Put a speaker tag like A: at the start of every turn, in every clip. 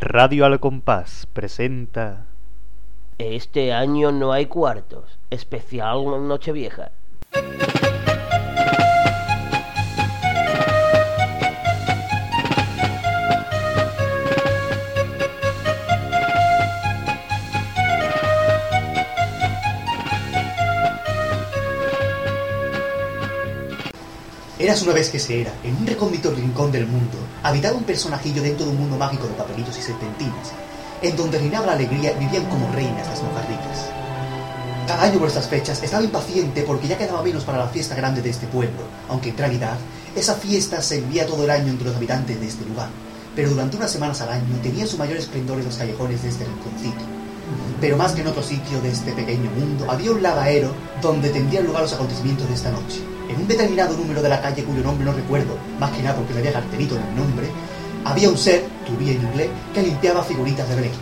A: Radio Al Compás presenta.
B: Este año no hay cuartos. Especial Nochevieja.
C: Eras una vez que se era, en un recóndito rincón del mundo, habitaba un personajillo dentro de un mundo mágico de papelillos y serpentinas, en donde reinaba la alegría y vivían como reinas las mojarricas. Cada año por estas fechas estaba impaciente porque ya quedaba menos para la fiesta grande de este pueblo, aunque en realidad esa fiesta se vivía todo el año entre los habitantes de este lugar, pero durante unas semanas al año tenía su mayor esplendor en los callejones de este rinconcito. Pero más que en otro sitio de este pequeño mundo, había un lavadero donde tendrían lugar los acontecimientos de esta noche. En un determinado número de la calle, cuyo nombre no recuerdo, más que nada porque le había cartelito en el nombre, había un ser, turbía en inglés, que limpiaba figuritas de Brecht.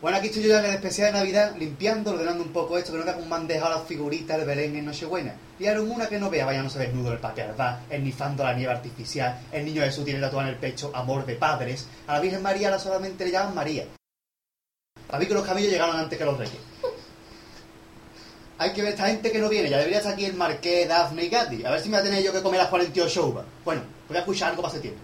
C: Bueno, aquí estoy yo ya en el especial de Navidad, limpiando, ordenando un poco esto, que no te me han dejado las figuritas de Belén en Nochebuena. Tiraron una que no vea, vayándose desnudo el patriarca, ennifando la nieve artificial, el niño Jesús tiene tatuado en el pecho amor de padres, a la Virgen María la solamente le llaman María. Para mí que los camellos llegaron antes que los reyes. Hay que ver esta gente que no viene. Ya debería estar aquí el Marqués, Daphne y Gatti. A ver si me voy a tener yo que comer las 48 uvas. Bueno, voy a escuchar algo para septiembre.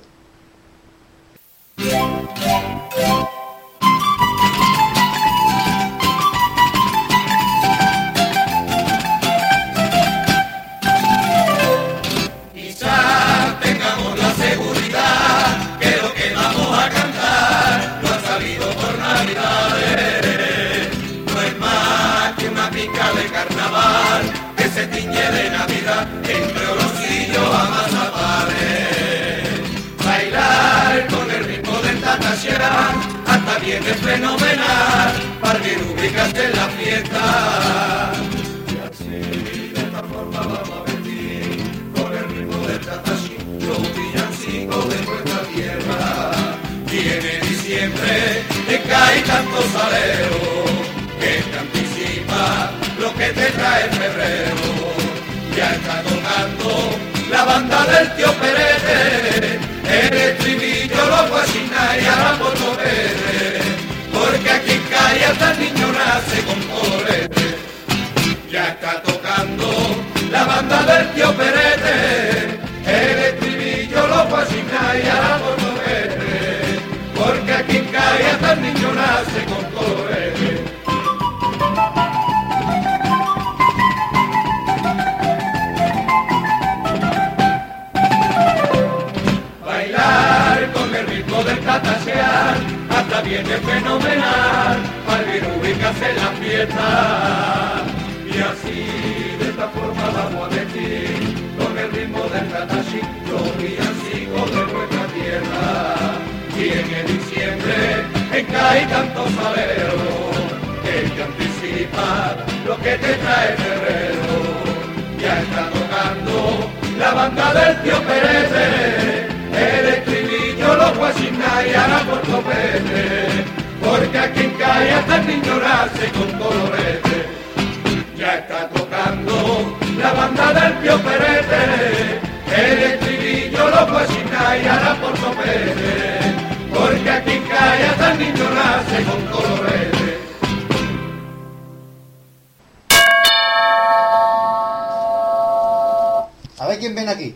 C: A ver quién ven aquí.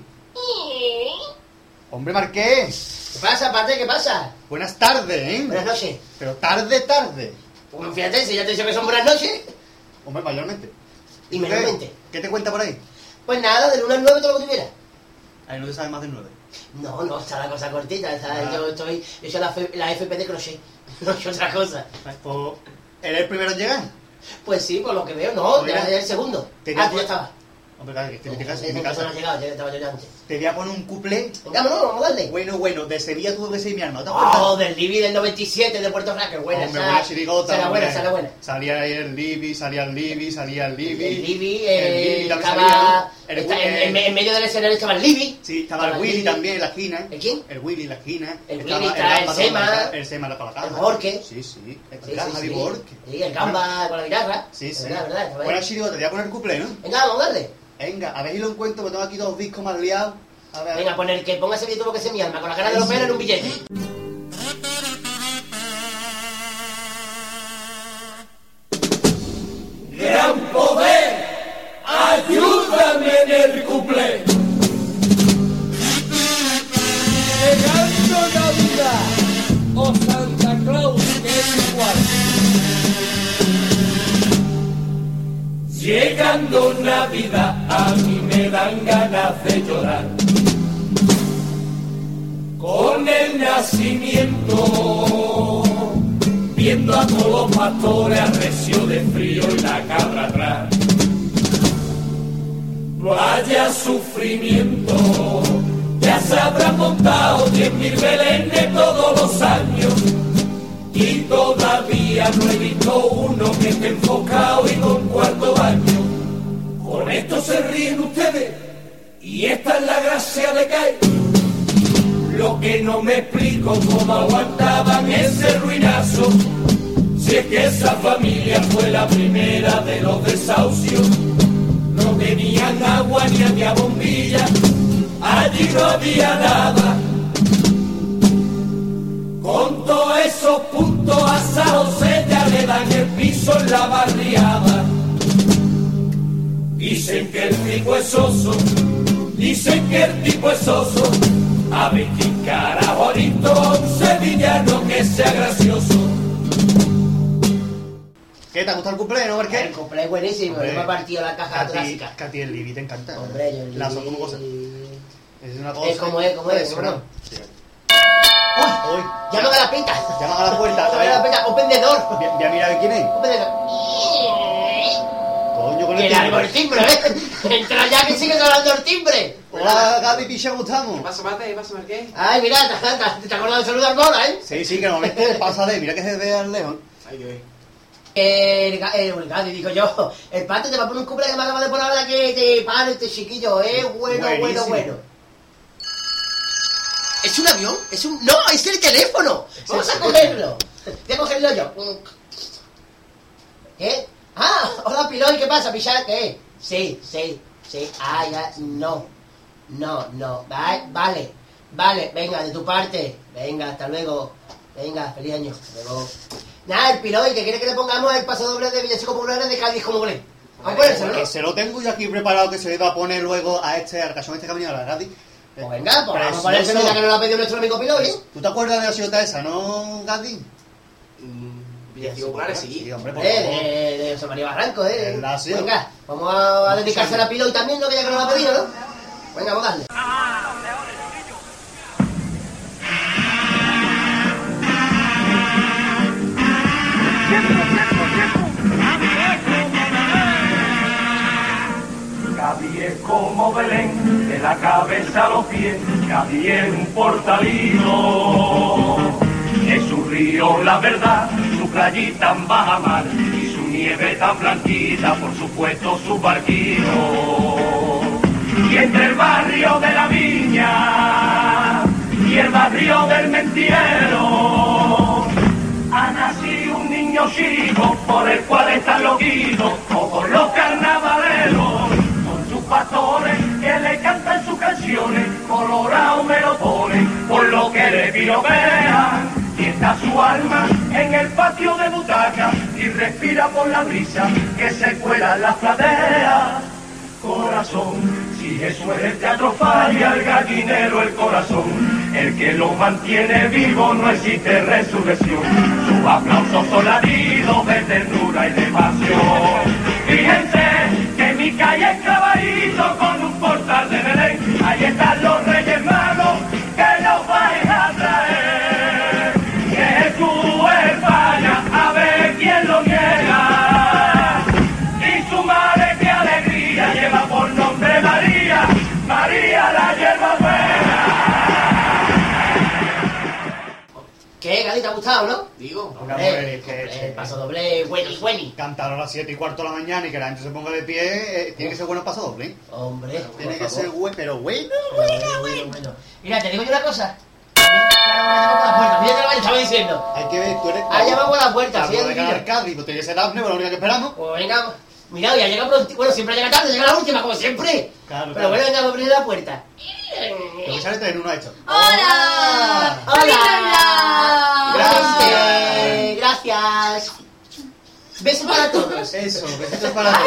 C: Hombre Marqués.
D: ¿Qué pasa, Pate? ¿Qué pasa?
C: Buenas tardes, ¿eh?
D: Buenas noches.
C: Pero tarde, tarde.
D: Bueno, fíjate, si ya te he dicho que son buenas noches.
C: Hombre, mayormente.
D: Y
C: tú qué?
D: mayormente.
C: ¿Qué te cuenta por ahí?
D: Pues nada, del 1 al 9 todo lo que tuviera.
C: Ahí no te sabe más del 9.
D: No, no, está la cosa cortita. está-
C: Ah.
D: Yo estoy. Yo soy la, F- la FP de crochet. No soy otra cosa.
C: O Pues, eres el primero en llegar.
D: Pues sí, por lo que veo, no,
C: Mira.
D: ya es el segundo.
C: Te
D: ah,
C: digo-
D: tú ya estaba.
C: Hombre, claro, que estoy en mi casa. En mi
D: Esa persona
C: casa.
D: ha llegado, ya estaba yo ya antes.
C: Te voy a poner un couple.
D: Venga, vámonos, vamos a darle.
C: Bueno, bueno, de Sevilla tuve que ser mi alma. ¿Te has
D: Oh,
C: acordado?
D: del Libby del 97 de Puerto Rico. Buena,
C: Hombre,
D: esa-
C: Ah, buena chirigota.
D: esa era buena,
C: hombre.
D: esa era buena.
C: Salía ahí el Libby, salía el Libby, salía el Libby.
D: El Libby,
C: El
D: eh,
C: Libby también salía.
D: estaba.
C: El
D: está-
C: Wi-
D: en, en- en medio del escenario estaba el Libby.
C: Sí, estaba el Willy también en la esquina. ¿eh?
D: ¿El quién?
C: El Willy en la esquina.
D: El
C: Estaba
D: Willy, está el
C: Gamba todo
D: Sema.
C: para la ca- El Sema la para la
D: El
C: caja.
D: Borque.
C: Sí, sí. El
D: Sí,
C: gran
D: sí,
C: Javi
D: sí.
C: Borque.
D: Sí, el gamba con la guitarra.
C: Sí, sí.
D: Verdad, verdad, está
C: Bueno,
D: bien.
C: Chirigota, te voy a poner el couple, ¿no?
D: Venga, vamos a darle.
C: Venga, a ver si lo encuentro, porque tengo aquí dos discos más liados. A ver, a ver.
D: pues. Venga, poner que ponga ese billete porque ese es mi alma, con la cara de los pelos en un billete.
C: Oh, celebrando Navidad, a mí me dan ganas de llorar. Con el nacimiento, viendo a todos los pastores arrecio de frío y la cabra atrás. Vaya sufrimiento, ya se habrán montado diez mil belenes todos los años y todavía no he visto uno que esté enfocado y con cuarto baño. Con esto se ríen ustedes y esta es la gracia de caer. Lo que no me explico cómo aguantaban ese ruinazo. Si es que esa familia fue la primera de los desahucios. No tenían agua ni había bombilla. Allí no había nada. Con todos esos puntos asados ella le dan el piso en la barriada. Dicen que el tipo es oso, dicen que el tipo es oso. A ver quién carajolito, un sevillano que sea gracioso.
E: ¿Qué te ha gustado el cumpleaños,
D: El
E: Marqués?
D: complejo es buenísimo,
E: Hombre.
D: yo me he partido la caja
E: Katy,
D: clásica.
E: Katy el Libby te encanta.
D: Hombre, yo
E: La son como cosa. Es una cosa.
D: Es como es, como es,
E: impresionante.
D: ¡Uy!
E: Uy,
D: ¡Llama a la pita!
E: Llaman a la puerta, a
D: ¡Llama a la
E: ver.
D: pita! ¡Un vendedor!
E: Voy a- Voy a mirar quién es.
D: ¡Un vendedor!
E: Coño, con
D: ¡Que
E: el
D: largo el timbre, eh! ¡Entra ya que sigue sonando el timbre!
E: Hola, Gaby Picha, ¿cómo
F: ¿Qué
E: estamos?
F: pasa, Mate? ¿Qué pasa, Marqués?
D: ¡Ay, mira! te- te- ¿Te acuerdas de saludar Mola, eh?
E: Sí, sí, que no moleste, pásale, mira que se ve al león.
F: Ay, yo, eh.
D: Que el, ga- eh, el, el Gadi, digo yo, el pato te va a poner un cumpleaños que me acaba de poner ahora que te pare este chiquillo, eh, bueno,
E: Buenísimo.
D: bueno, bueno. ¿Es un avión? ¿Es un...? ¡No, es el teléfono! ¡Vamos a cogerlo! Voy a cogerlo yo. ¿Qué? ¡Ah! Hola, Piloy, ¿qué pasa, Pichar? ¿Qué? Sí, sí, sí. Ah, ya, no. No, no. Va- vale, vale. Venga, de tu parte. Venga, hasta luego. Venga, feliz año. Hasta luego. Nada, el Piloy, que quiere que le pongamos el paso doble de Villachico Populares de Cádiz como goles. Vamos a ponérselo,
E: Que
D: Ah, ¿no?
E: se lo tengo yo aquí preparado que se va a poner luego a este, al cachón este camino a la Gaby.
D: Pues venga, pues vamos a ponérselo ya que nos lo ha pedido nuestro amigo Piloy, ¿eh?
E: ¿Tú te acuerdas de la ciudad esa, no, Gaby?
F: Mm, Villaciego Populares, sí.
E: hombre, por favor.
D: Eh, de, de José María Barranco, eh.
E: ¿Verdad, sí?
D: Venga, vamos a, a dedicarse a la pilo y también, ¿no? Que ya que nos lo ha pedido, ¿no? Venga, vamos a darle.
C: Gaby es como Belén, de la cabeza a los pies, Gaby es un portalino. Es su río, la verdad, su playita en Bajamar y su nieve tan blanquita, por supuesto su barquito. Y entre el barrio de la viña y el barrio del mentiero, ha nacido un niño chico por el cual están loquitos todos los carnavaleros con sus pastores que le cantan sus canciones colorado me lo pone por lo que le piropean y está su alma en el patio de butaca y respira por la brisa que se cuela en la platea corazón. Si Jesús es el teatro falla, el gallinero el corazón. El que lo mantiene vivo no existe resurrección. Sus aplausos son latidos de ternura y de pasión. Fíjense que mi calle es caballito con un portal de Belén. Ahí están los reyes magos que los vais a traer. Que Jesús es falla, a ver quién lo niega y su madre que alegría lleva por nombre María, María la hierba
D: ¿Qué, Gali, te ha gustado, no?
F: Digo.
E: Hombre,
D: Eh,
E: es que-
D: eh, el paso doble, Wenny, Wenny.
E: Cantaron a las 7 y cuarto de la mañana y que la gente se ponga de pie, eh, tiene que ser bueno el paso doble. ¿eh?
D: Hombre, por
E: Tiene que
D: favor.
E: ser bueno, pero bueno.
D: bueno, bueno, bueno. Mira, te digo yo una cosa. Mira, mira lo que le estaba diciendo.
E: Hay que ver, tú eres.
D: Ha llamado a la puerta, sí,
E: Acabo de
D: el
E: ganar
D: niño.
E: Cádiz, pues tiene que ser Daphne, bueno, la única que esperamos.
D: Pues venga, mira, ya llega pronto. Bueno, siempre llega tarde, llega la última, como siempre.
E: Claro,
D: Pero
E: claro.
D: bueno, venga, vamos a abrir la puerta.
E: Lo que sale tres en uno a esto.
G: ¡Hola!
D: Hola.
G: ¡Hola!
D: Gracias. Gracias. Beso para todos.
E: Eso, besitos para todos.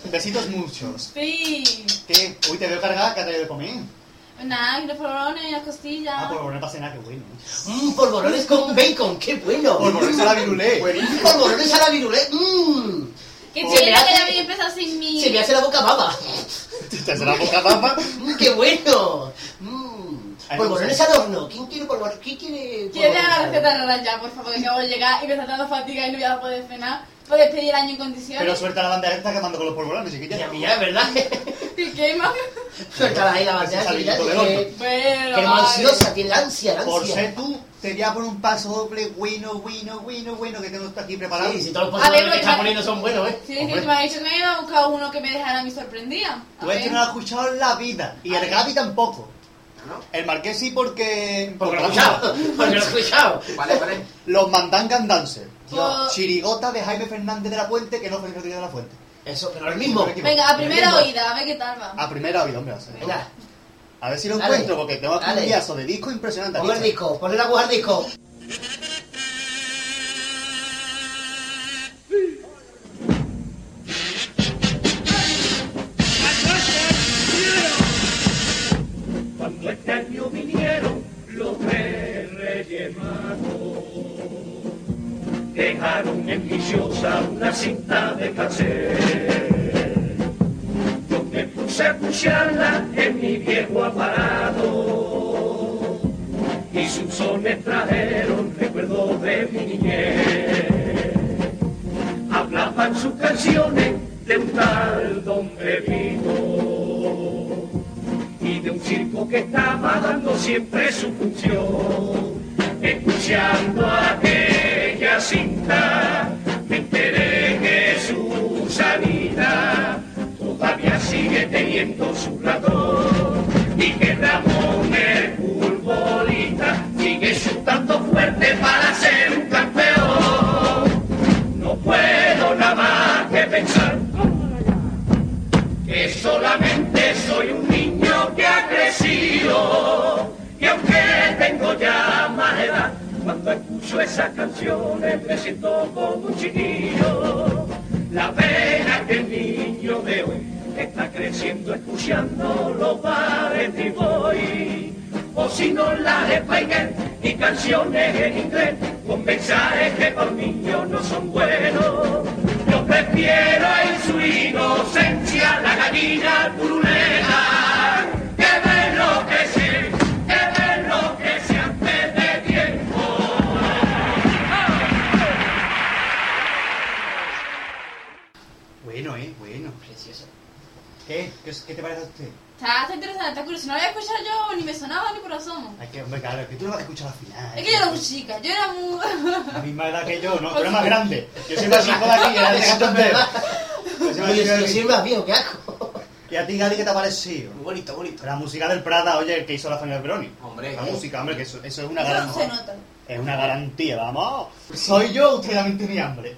E: Besitos muchos.
G: Sí. Pues
E: ¿Qué? Uy, te veo cargada, que te de comer.
G: Nada, y los polvorones, las costillas.
E: Ah, por poner para cenar, qué bueno.
D: Mmm, polvorones con bacon, qué bueno.
E: Por ponerse la virulé.
D: Polvorones a la virulé. Mmm.
G: Que
D: Oh,
G: chile
D: gracias.
G: que ya había empezado sin mí.
D: Se me hace la boca baba.
E: Te hace la boca baba.
D: Mm, ¡Qué bueno! Mm.
E: Ay, pues,
D: Polvorones al horno. ¿Quién quiere polvor? ¿Quién quiere
G: ¿Quieres
D: polvorones
G: dejar la
D: al
G: receta
D: horno?
G: rara ya, por favor? Que acabo de llegar y me está dando fatiga y no voy a poder cenar. ¿Puedes pedir año en
E: Pero
G: condiciones?
E: suelta la bandera que está quemando con los polvorones, chiquilla.
D: Mira, mira, ¿verdad?
G: ¿Te quema?
D: Suéltala ahí la
E: Ese
D: bandera.
E: salidito del
D: Que
E: horno.
G: Bueno,
D: que
G: vale.
D: ansiosa, tiene ansia, la
E: Por
D: ansia.
E: ser tú, te voy a poner un paso doble bueno, bueno, bueno, bueno que tengo esto aquí preparado.
D: Sí, si todos los
G: A ver,
D: polvorones que
G: voy
D: están
G: a-
D: poniendo son buenos, ¿eh?
G: Sí, es que tú me has dicho que me iba a buscar uno que me dejara a mí sorprendida. A
E: Tú este
G: ver.
E: no lo has escuchado en la vida. Y
G: A
E: el
G: ver.
E: Gaby tampoco.
H: ¿No?
E: El Marqués sí porque...
D: Porque lo he escuchado. Porque lo he escuchado.
H: ¿Cuál es? ¿Cuál es?
E: Los Mandangan Dancer.
G: Pues-
E: Chirigota de Jaime Fernández de la Fuente, que no Félix Rodríguez de la Fuente.
D: Eso, pero el mismo.
G: Venga, a primera
D: Venga. Ah.
G: oída, a ver qué tal va.
E: A primera vida, hombre. o sea.
D: Venga,
E: A ver si lo
D: Dale.
E: encuentro, porque tengo aquí
D: Dale.
E: un guiazo de disco impresionante.
D: pon el
E: aquí.
D: disco, pon el aguja al disco.
C: Cuando este año vinieron los tres reyes magos, dejaron en mi choza una cinta de cassette. Yo me puse a escucharla en mi viejo aparato y sus sones trajeron recuerdos de mi niñez. Hablaban sus canciones de un tal Don Bebito y de un circo que estaba dando siempre su función. Escuchando aquella cinta, me enteré que Susanita todavía sigue teniendo su ratón y que Ramón el futbolista sigue chutando fuerte para ser un campeón. No puedo nada más que pensar que solamente soy un niño que ha crecido y aunque tengo ya más edad, cuando escucho esas canciones me siento como un chiquillo. La pena que el niño de hoy está creciendo escuchando los bares y voy. O si no las español y canciones en inglés con mensajes que por niños no son buenos. Yo prefiero en su inocencia la gallina turulera que ver lo que sé, que ver lo que se antes de tiempo.
E: Bueno, eh, bueno.
D: Precioso.
E: ¿Qué? ¿Qué, qué te parece a usted?
G: Está, está interesante, está curioso. No lo había escuchado yo, ni me sonaba ni por asomo.
E: Ay, que, hombre, claro, es que tú no vas a escuchar al final.
G: Es que yo era muy chica, yo era muy...
E: La misma edad que yo, ¿no? Pero era más grande. Yo soy más chico de aquí, era de
D: Eso es
E: Santander.
D: verdad.
E: Yo soy más
D: Oye,
E: chico de
D: yo soy
E: aquí.
D: más viejo, qué asco.
E: ¿Y a ti, Gaby, qué te ha parecido?
H: Muy bonito, bonito.
E: La música del Prada, oye, el que hizo la familia Peroni.
H: Hombre,
E: La
H: ¿eh?
E: música, hombre, que eso, eso es una
G: Eso no se
E: garantía.
G: nota.
E: Es una garantía, vamos. Soy yo, usted también tiene hambre.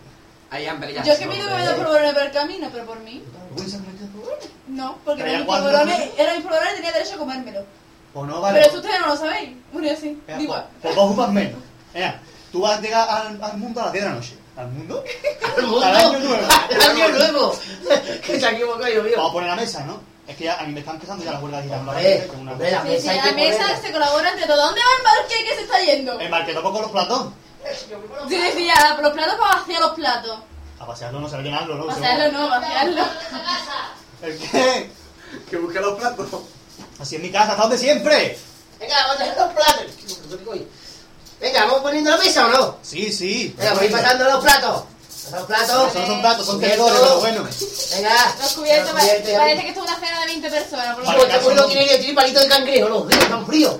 H: Hay hambre ya.
G: Yo es que pido que me den polvorones por el camino, pero por mí.
E: ¿Puedes hacer un momento?
G: No, porque
E: Pero ya
G: eran mis
E: cuando-
G: polvorones, eran mis polvorones y tenía derecho a comérmelo.
E: O no,
G: Pero
E: vale.
G: eso ustedes no lo sabéis. Bueno, yo sí.
E: Venga,
G: Digo,
E: pues- Pues dos uvas menos. Venga, tú vas a llegar al, al mundo a las 10 de la noche. ¿Al mundo?
D: ¡Al mundo!
E: Al año nuevo.
D: ¡Al año nuevo! que se ha equivocado yo
E: Vamos a
D: mío.
E: poner la mesa, ¿no? Es que ya, a mí me están empezando ya las huelgas
D: Hombre,
E: digitales. con una-
D: hombre, la
G: sí, sí,
D: mesa hay
G: la
D: que
G: mesa
D: ponerla.
G: se colabora entre todos. ¿Dónde va el barqué que se está yendo?
E: El marquetón con los platos.
G: Yo decía, los platos para vaciar los platos.
E: A pasearlo no se va a llenarlo, ¿no?
G: Vaciarlo no, vaciarlo.
E: ¿El qué?
H: Que busque los platos.
E: Así en mi casa, hasta donde siempre.
D: Venga, vamos a dejar los platos. Venga, ¿vamos poniendo la mesa o no?
E: Sí, sí.
D: Venga, voy pasando los platos. Los platos.
E: Son, son platos, son
D: Cubiertos.
E: tenedores, pero bueno.
D: Venga.
G: Los cubiertos,
D: Los
G: parece,
D: cubiertos,
G: parece
D: ya.
G: que esto es una cena de 20 personas. Por lo
E: Vale,
D: Pues
G: menos.
D: este
E: caso,
D: culo
E: no.
D: tiene tiene palito de cangrejo, los ríos tan fríos.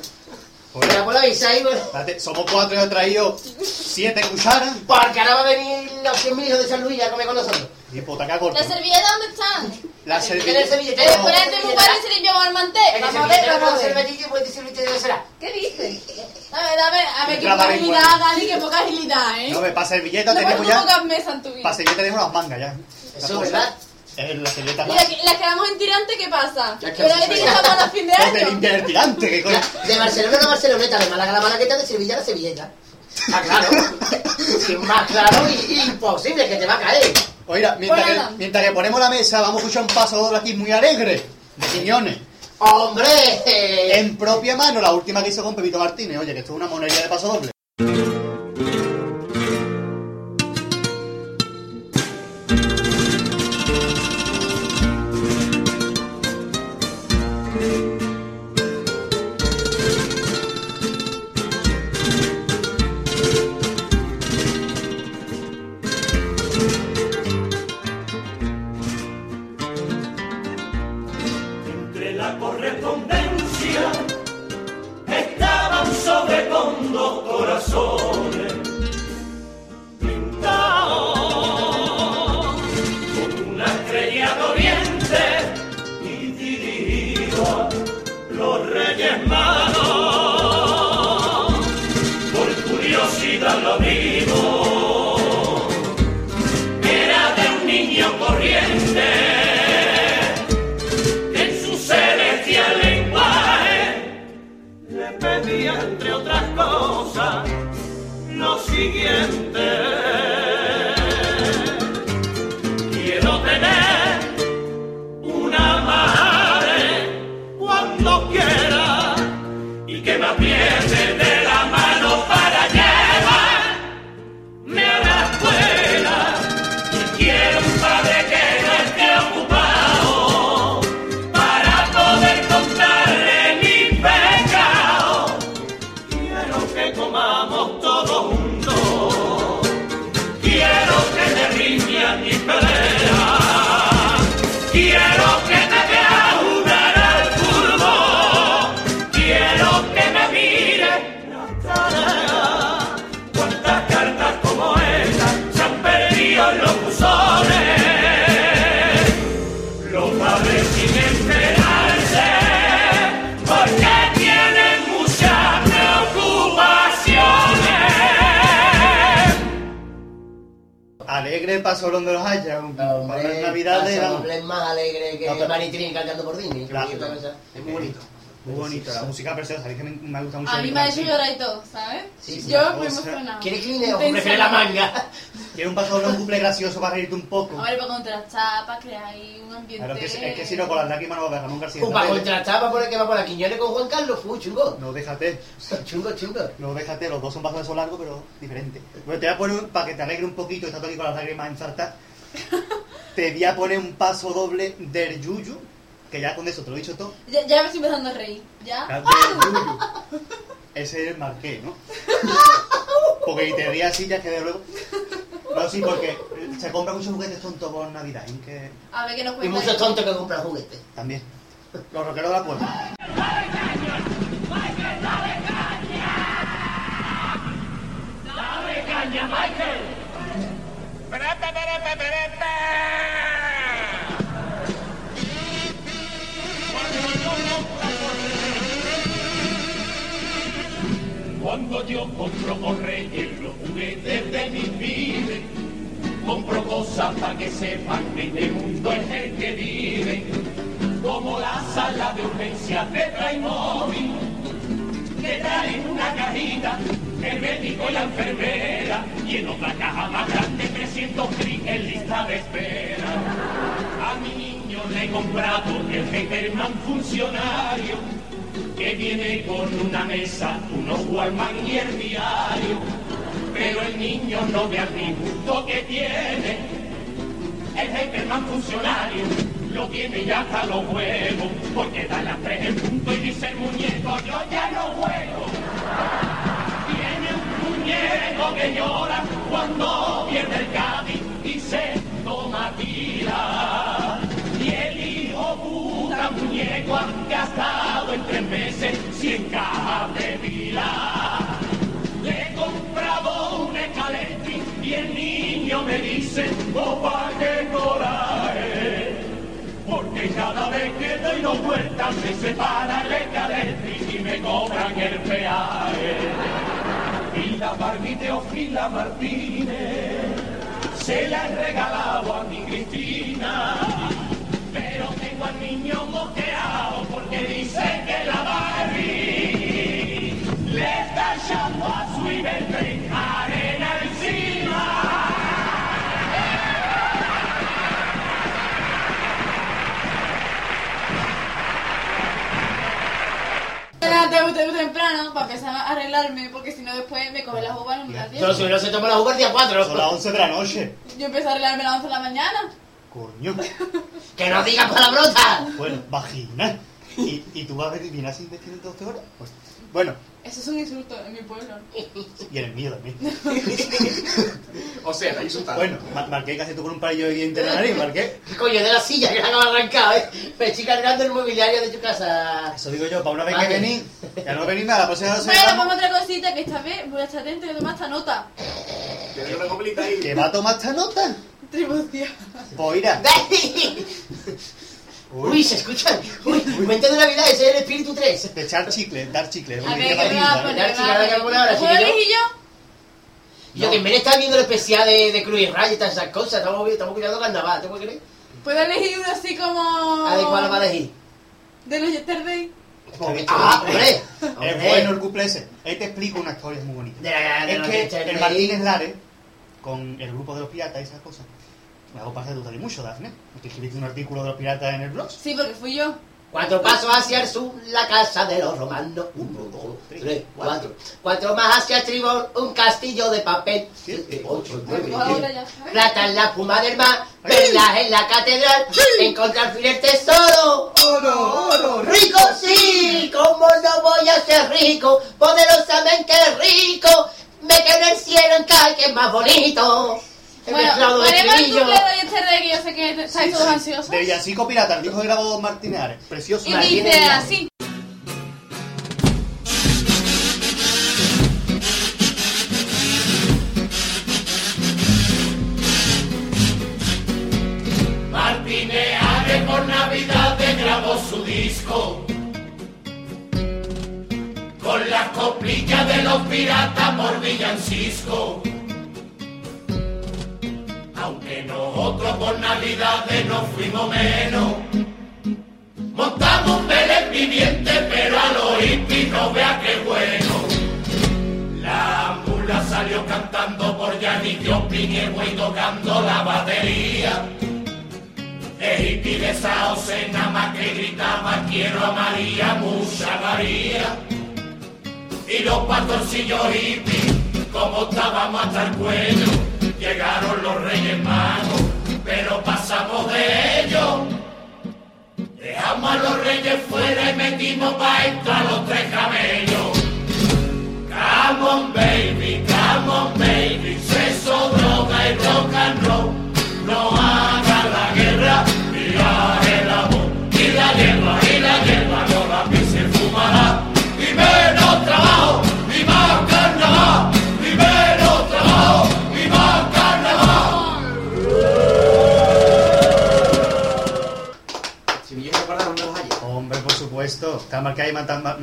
D: Venga, pon la mesa ahí, pues, bueno.
E: Espérate, somos cuatro y he traído siete cucharas.
D: Porque ahora va a venir los 100.000 hijos de San Luis a comer con nosotros.
E: Y puta que corto.
G: ¿Las servilletas dónde están?
E: La
D: ¿Quién es el
E: servilleta.
D: billetero?
G: Eh, espérate, mi padre se limpió con el mantel.
D: El que se
G: Vamos a ver,
D: billetero con
G: vamos a ver.
D: servilletilla, pues, dice, "Usted será".
G: ¿Qué dices? A ver, a ver, a ver, qué
E: Entra
G: poca
E: para igual.
G: agilidad, Dani, qué poca agilidad, ¿eh?
E: No, ve, para servilleta
G: No he
E: tenemos
G: puesto
E: ya.
G: pocas mesas en tu vida.
E: Para servilleta tenemos las mangas ya.
D: Eso, ¿verdad?
E: Es la servilleta.
G: Y las que, las que damos en tirante, ¿qué pasa?
H: Ya que
G: Pero
H: no
G: ahí
H: se
G: tiene que estar para fin de
E: No te
G: año.
E: limpias el tirante, que coño.
D: De Barcelona a Barceloneta, de Málaga a la Malagueta, de Sevilla a la Sevilleta. Ah, claro. Sí, más claro y imposible que te va a caer.
E: Oiga, mientras
G: Ponela.
E: que, mientras que ponemos la mesa, vamos a escuchar un paso doble aquí muy alegre. De Quiñones.
D: ¡Hombre! eh,
E: En propia mano, la última que hizo con Pepito Martínez. Oye, que esto es una monería de paso doble.
C: Por correspondencia estaban sobre con dos corazones pintados con una estrella corriente y dirigido a los reyes magos. Por curiosidad lo digo, era de un niño corriente que en su celestial lenguaje le pedía, entre otras cosas, lo siguiente. Quiero tener una madre cuando quiera y que me apriete de la mano para llevarme a la escuela. Y quiero un padre que no esté ocupado para poder contarle mi pecado. Quiero que comamos todos juntos. Quiero que me riñan mis peleas. Quiero que me vea jugar al fútbol. Quiero que me mire las tareas. Cuántas cartas como esas se han perdido en los buzones. Los padres sin enterarse, porque tienen muchas preocupaciones.
E: Alegre pasó donde los haya. un- Para las
B: Hombre,
E: navidades.
B: pasa
E: vamos.
B: doble más alegre que
E: No, pero-
B: Maritrini cantando por
D: ¿eh?
B: Disney.
E: Claro.
B: Y otra cosa.
I: Es muy bonito.
E: Muy bonito, la música preciosa. A mí que me, me gusta mucho.
J: A mí me ha hecho llorar y todo, ¿sabes?
B: Sí, sí,
E: la
J: Yo me he
E: cosa.
J: emocionado.
B: ¿Quiere
G: Ah.
B: clineo?
J: Pensé-
B: Prefiere la manga.
E: Quiero un paso doble, un cumple gracioso para reírte un poco.
J: A ver, para contrastar, para crear ahí un ambiente.
E: Claro, es que, si- es que si no, con las lágrimas no va a ver Ramón García.
D: Pues
B: Upa,
E: Torres.
B: contrastar para poner que va por aquí. Quiñones con Juan Carlos. Fue chungo.
E: No, déjate.
B: Chungo, chungo.
E: No, déjate. Los dos son vasos de sol largo, pero diferente. Bueno, te voy a poner, un- para que te alegre un poquito, estás aquí con las lágrimas infartas. te voy a poner un paso doble del Yuyu, que ya con eso te lo he dicho todo.
J: Ya, ya me estoy empezando a reír. ¿Ya?
E: Del Yuyu. Ese es el marqués, ¿no? Porque si te rías así, ya es que de luego. No, sí, porque se compra muchos juguetes tontos por Navidad, ¿eh? que
J: A ver qué nos
B: Y
J: cuenta.
B: muchos tontos que compran juguetes.
E: también. Los rockeros de la puerta.
C: Cuando yo compro por reyes los juguetes de mi vida, compro cosas para que sepan que este mundo es el que vive, como la sala de urgencias de Playmobil, que trae en una cajita el médico y la enfermera, y en otra caja más grande 300 clics en lista de espera. A mi niño le he comprado el Heiterman funcionario, que viene con una mesa, unos Walman y el diario. Pero el niño no ve al disgusto que tiene. El Heiterman funcionario lo tiene ya hasta los huevos, porque da las tres en punto y dice el muñeco, yo ya no juego. Tiene un muñeco que llora cuando pierde el Cádiz y se toma tira. Y el hijo puta muñeco ha gastado en tres meses cien cajas de pila. Le he comprado un escaletti y el niño me dice, papá, qué coraje. Porque cada vez que doy dos vueltas me separa el escaletti y me cobran el peaje. Y la Barbie Teofila Martínez se la he regalado a mi Cristina. Pero tengo al niño moqueado porque dice que la Barbie le está echando a su Ibertren arena encima.
J: Antes usted temprano para empezar a arreglarme, porque si no después me coge la uva no me da tiempo.
B: Solo si no se toma la jugar día
E: Son las
B: 4.
E: 11 de la noche.
J: Yo empecé a arreglarme a las 11 de la mañana.
E: Coño.
B: ¡Que no digas palabrota!
E: Bueno, vagina. y, y tú vas a ver y vienes así vestido en 12 horas. Pues, bueno,
G: Eso es un insulto en mi pueblo.
E: y en el mío también.
K: O sea, la insultada.
E: Bueno, ma- marqué casi tú con un palillo de diente en la nariz, marqué.
D: Coño, de la silla que la acabo de arrancar, ¿eh? Me estoy cargando el mobiliario de tu casa.
E: Eso digo yo, para una vez que
D: Vale.
E: venís, ya no venís nada, la próxima vez os
G: Pero
E: llevamos-
G: como otra cosita que esta vez voy a estar atenta y voy a tomar esta nota.
K: Tiene una coplita ahí.
E: que va a tomar esta nota.
G: Tribucia.
E: Pues mira.
D: Uy, se escuchan. Uy, cuento de Navidad, ese es el espíritu 3.
E: De echar chicle, dar chicle. es
G: A
E: un
G: ver,
E: día
G: ¿qué
E: para
G: me
E: ti,
G: vas a
E: ¿vale?
D: Ya,
G: poner?
D: chica, ahora que me pone ahora,
G: ¿Puedo
D: sí, yo-
G: elegir yo?
D: Yo que en vez de estar viendo el especial de, de Cruz y Rayo y todas esas cosas, estamos, vi- estamos cuidando carnaval, ¿te puedes creer?
G: ¿Puedo elegir uno así como...
D: ¿A Ah, de cuál va a elegir?
G: De los Yesterday.
E: Porque-
D: ¡Ah, hombre!
E: Es
D: hombre.
E: bueno el couple ese. Ahí te explico una historia muy bonita.
D: De la- de
E: es
D: los
E: que
D: Yesterday.
E: el Martínez Lares, con el grupo de los piratas y esas cosas, me hago pasar de mucho, Dafne. Porque escribiste un artículo de los piratas en el blog.
G: Sí, porque fui yo.
D: Cuatro pasos hacia el sur, la casa de los romanos. Uno, dos, tres, cuatro. Cuatro más hacia el tribón, un castillo de papel. Siete, ocho, nueve,
G: Pues ahora
D: diez.
G: ya sabes.
D: Plata en la espuma del mar, perlas en la catedral. Encontrar al fin el tesoro.
E: ¡Oro,
D: oh,
E: oro!
D: Rico sí, cómo no voy a ser rico, poderosamente rico. Me quedo en el cielo en cae que es más bonito. El
G: Bueno,
D: mezclado de
G: ponemos el
D: trillo.
G: cumple de Yesterday que yo sé que estáis todos ansiosos.
E: De Villancico Pirata, el disco de grabado Martínez Lares. Precioso.
G: Y
D: Martínez
G: dice
D: Lago.
G: así.
K: Si me llevo a guardar, no me los halles.
E: Hombre, por supuesto. Está marcado ahí matando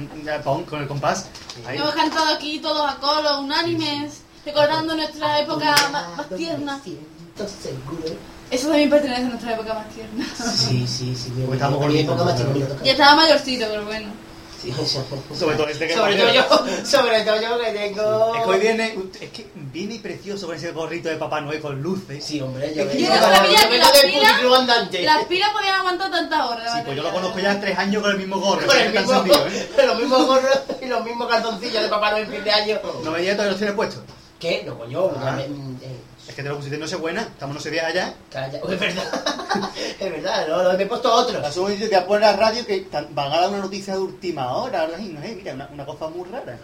E: pon con el compás. Ahí.
G: Hemos cantado aquí todos a colo, unánimes, recordando
D: Ah,
G: nuestra época
D: pues
G: más, más tierna.
D: Siento seguro.
G: Eso también pertenece a nuestra época más tierna.
D: Sí, sí, sí.
E: Pues estamos
D: bien,
E: gorditos,
D: bien,
E: ¿no?
D: bien, bien,
G: Ya
D: bien.
G: estaba mayorcito, pero bueno.
D: Sí, o sea,
E: Sobre todo este que
D: sobre todo yo, sobre todo yo que tengo.
E: Es que hoy viene, es que viene precioso con ese gorrito de Papá Noel con luces.
D: Sí, hombre, yo
E: Es que
D: vengo-
E: yo no
G: sabía
D: yo
G: que
D: vengo
G: la
D: del
G: pila-
D: puticlub andante.
G: Las pilas podían aguantar tantas horas. la
E: Sí, pues yo lo
G: batería.
E: conozco ya tres años con el mismo gorro.
D: Con
E: ese
D: el
E: que está
D: mismo,
E: encendido, ¿eh?
D: los mismos gorros y los mismos calzoncillos de papá Noel fin de año.
E: ¿eh? No me digas que todavía los tienes puestos.
D: ¿Qué? No, coño.
E: Ah.
D: me- me- eh,
E: Es que te lo pusiste en no sé buena, estamos no sé días allá.
D: calla. Uy, es verdad. es verdad, no, no, me he puesto otro.
E: La subo y te voy a poner a radio que tan- van a dar una noticia de última hora, ahora sí, no sé, mira, una, una cosa muy rara.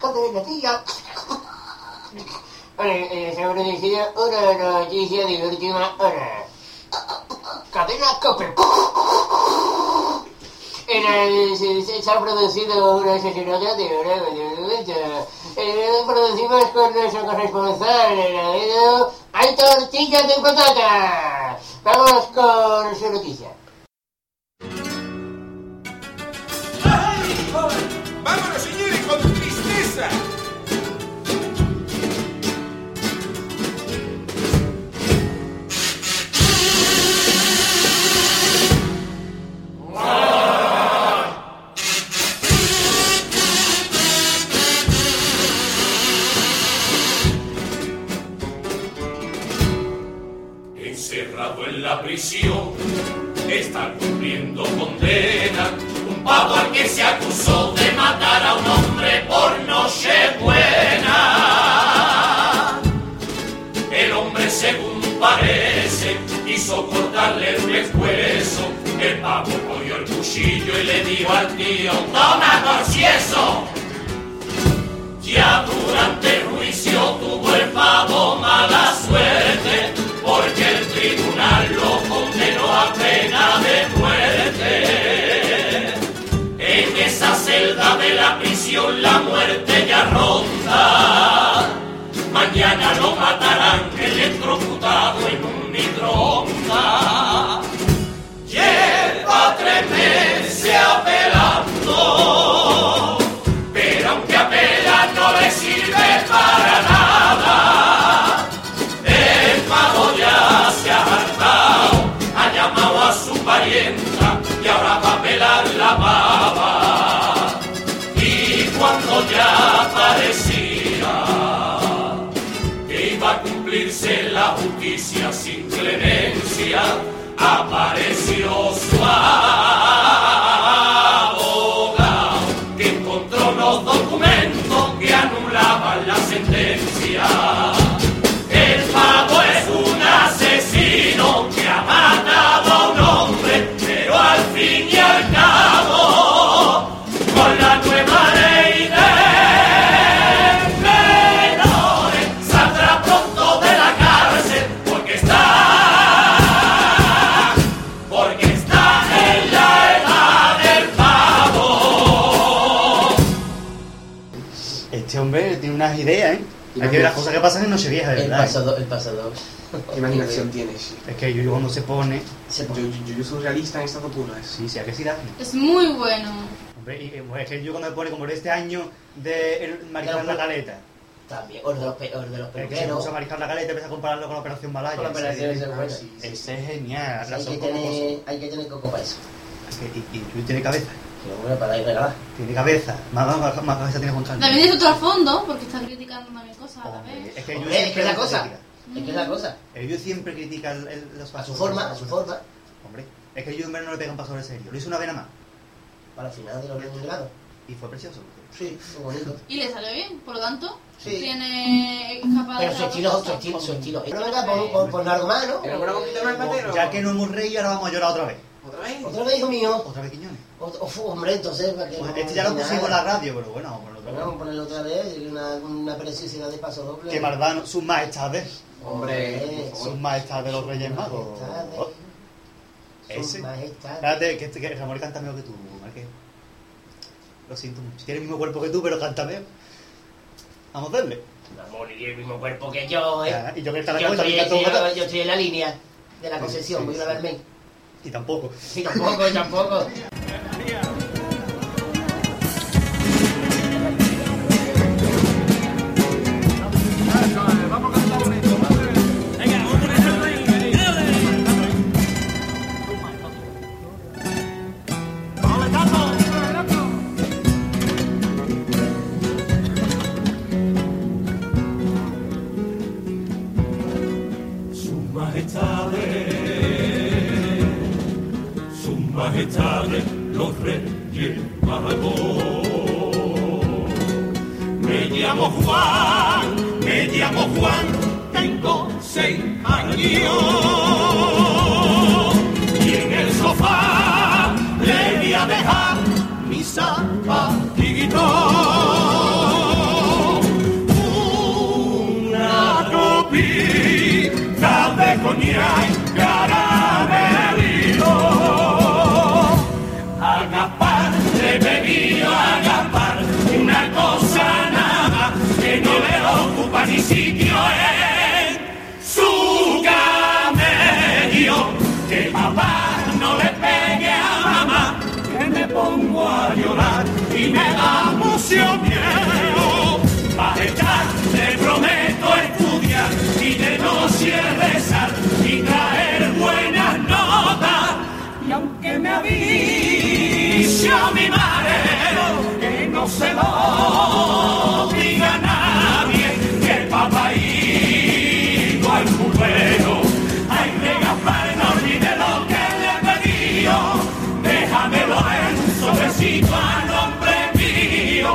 D: Como decía. Hola, sobre decía una noticia de última hora. Cadena Copper. En el, se, se- se ha producido un asesinato de una denuncia. Eh, producimos con nuestro corresponsal, el amigo Hay tortillas de patata. Vamos con su noticia.
L: Vámonos, señores, con tristeza.
C: Encerrado en la prisión, está cumpliendo condena. Un pavo al que se acusó de matar a un hombre por Nochebuena. El hombre, según parece, hizo cortarle el pescuezo. El pavo cuchillo y le digo al tío, toma concieso. Ya durante el juicio tuvo el pavo mala suerte, porque el tribunal lo condenó a pena de muerte. En esa celda de la prisión la muerte ya ronda. Mañana lo matarán electrocutado en un microondas. Lleva tres meses apelando, pero aunque apela no le sirve para nada. El pavo ya se ha hartado, ha llamado a su parienta y ahora va a pelar la baba. Y cuando ya parecía que iba a cumplirse la justicia sin clemencia, apareció su abogado que encontró los documentos que anulaban la sentencia. El pavo es un asesino que ha matado a un hombre, pero al fin y al cabo, con la nueva ley de menores, saldrá pronto de la cárcel porque está, porque está en la edad del pavo.
E: Este hombre tiene unas ideas, ¿eh? Hay que ver las cosas que pasan en Nochevieja, de
D: El
E: verdad. ¿eh?
D: pasado, el pasado.
I: ¿Qué imaginación tienes?
E: Es que yo cuando se pone...
D: Se
I: Yo,
G: pues.
D: pone-
I: yo, yo soy realista en estas locuras.
E: Sí, sí, hay que sí, Daphne.
G: Es muy bueno.
E: Hombre, y, eh, pues, es que yo cuando me pone como de este año de el Mariscal La
D: Claro, pues,
E: Caleta.
D: También, o de los, pe- o de los
E: El que se
D: peluqueros.
E: puso Mariscal La Caleta y empieza a compararlo con la Operación Balaya.
D: Con la Operación
E: Ese-
D: Balaya.
I: Ah, sí, sí.
E: Ese es genial.
D: Hay
E: razón
D: que,
E: como cosa.
D: tener, hay que tener coco para eso.
E: Es que- Y, y, Yuyu tiene cabeza.
D: Que bueno, para ir regalar.
E: Tiene cabeza. Más, más, más cabeza tiene Juan
G: También tiene su trasfondo, porque está criticando también cosas a la
E: Hombre,
G: vez.
E: Es que Yuyu
D: Hombre, Es que
E: siempre
D: es la
E: lo
D: cosa.
E: critica.
D: Es que es la cosa.
E: El Yuyu siempre critica el- el- los
D: A su
E: pasos.
D: forma, a su forma.
E: Hombre, es que el Yuyu en verano no le pega un paso sobre serio. Lo hizo una vez nada más.
D: Para el final de los Reyes Magos.
E: Y fue precioso.
D: Sí, fue bonito.
G: Y le sale bien, por lo tanto,
D: Sí.
G: tiene capaz
D: Pero su estilo es otro estilo, su estilo. Pero venga, pon, pon, pon algo más, ¿no?
I: ¿Era buena copita más matero?
E: Ya que no hemos reído, ahora vamos a llorar otra vez.
I: ¿Otra vez?
D: Otro vez, hijo mío.
E: Otra vez, Quiñones.
D: Otro- uf, hombre, entonces... ¿para qué
E: Pues
D: vamos
E: este ya lo
D: a decir
E: pusimos en
D: nada?
E: la radio, pero bueno, vamos a ponerlo otra
D: Vamos a
E: vez.
D: ponerlo otra vez, una, una preciosidad de paso doble.
E: Que Mardano, sus majestades,
I: Hombre, por
E: sus
I: favor.
E: majestades de los Reyes Magos. Oh, Ese.
D: Ese. Majestad.
E: Espérate, que, este- que Ramón canta mejor que tú, Marqués. Lo siento mucho. Tiene el mismo cuerpo que tú, pero canta mejor. Vamos a darle.
D: Ramón y el mismo cuerpo que yo, ¿eh?
E: Ah, y yo que está
D: Yo
E: la cosa,
D: estoy,
E: que canto un
D: yo,
E: gato.
D: yo estoy en la línea de la
E: Sí,
D: concesión,
E: sí,
D: voy a
E: sí.
D: verme.
E: Y tampoco.
D: Sí, tampoco, tampoco.
C: Sus majestades, sus majestades, los reyes magos. Me llamo Juan, me llamo Juan, tengo seis años. Y en el sofá le voy a dejar mis zapatitos. Una copita de coñac caramelito. Agapar, le bebido agapar, una cosa nada que no le ocupa ni sitio en su camello. Que papá no le pegue a mamá, que me pongo a llorar y me da mucho miedo. Majestad, te prometo estudiar y de noche rezar y traer buenas notas. Y aunque me avisa mi madre que no se lo diga a nadie, que el papá hijo al cubero, ay que Gaspar no olvide lo que le he pedido, déjamelo en sobrecito a nombre mío,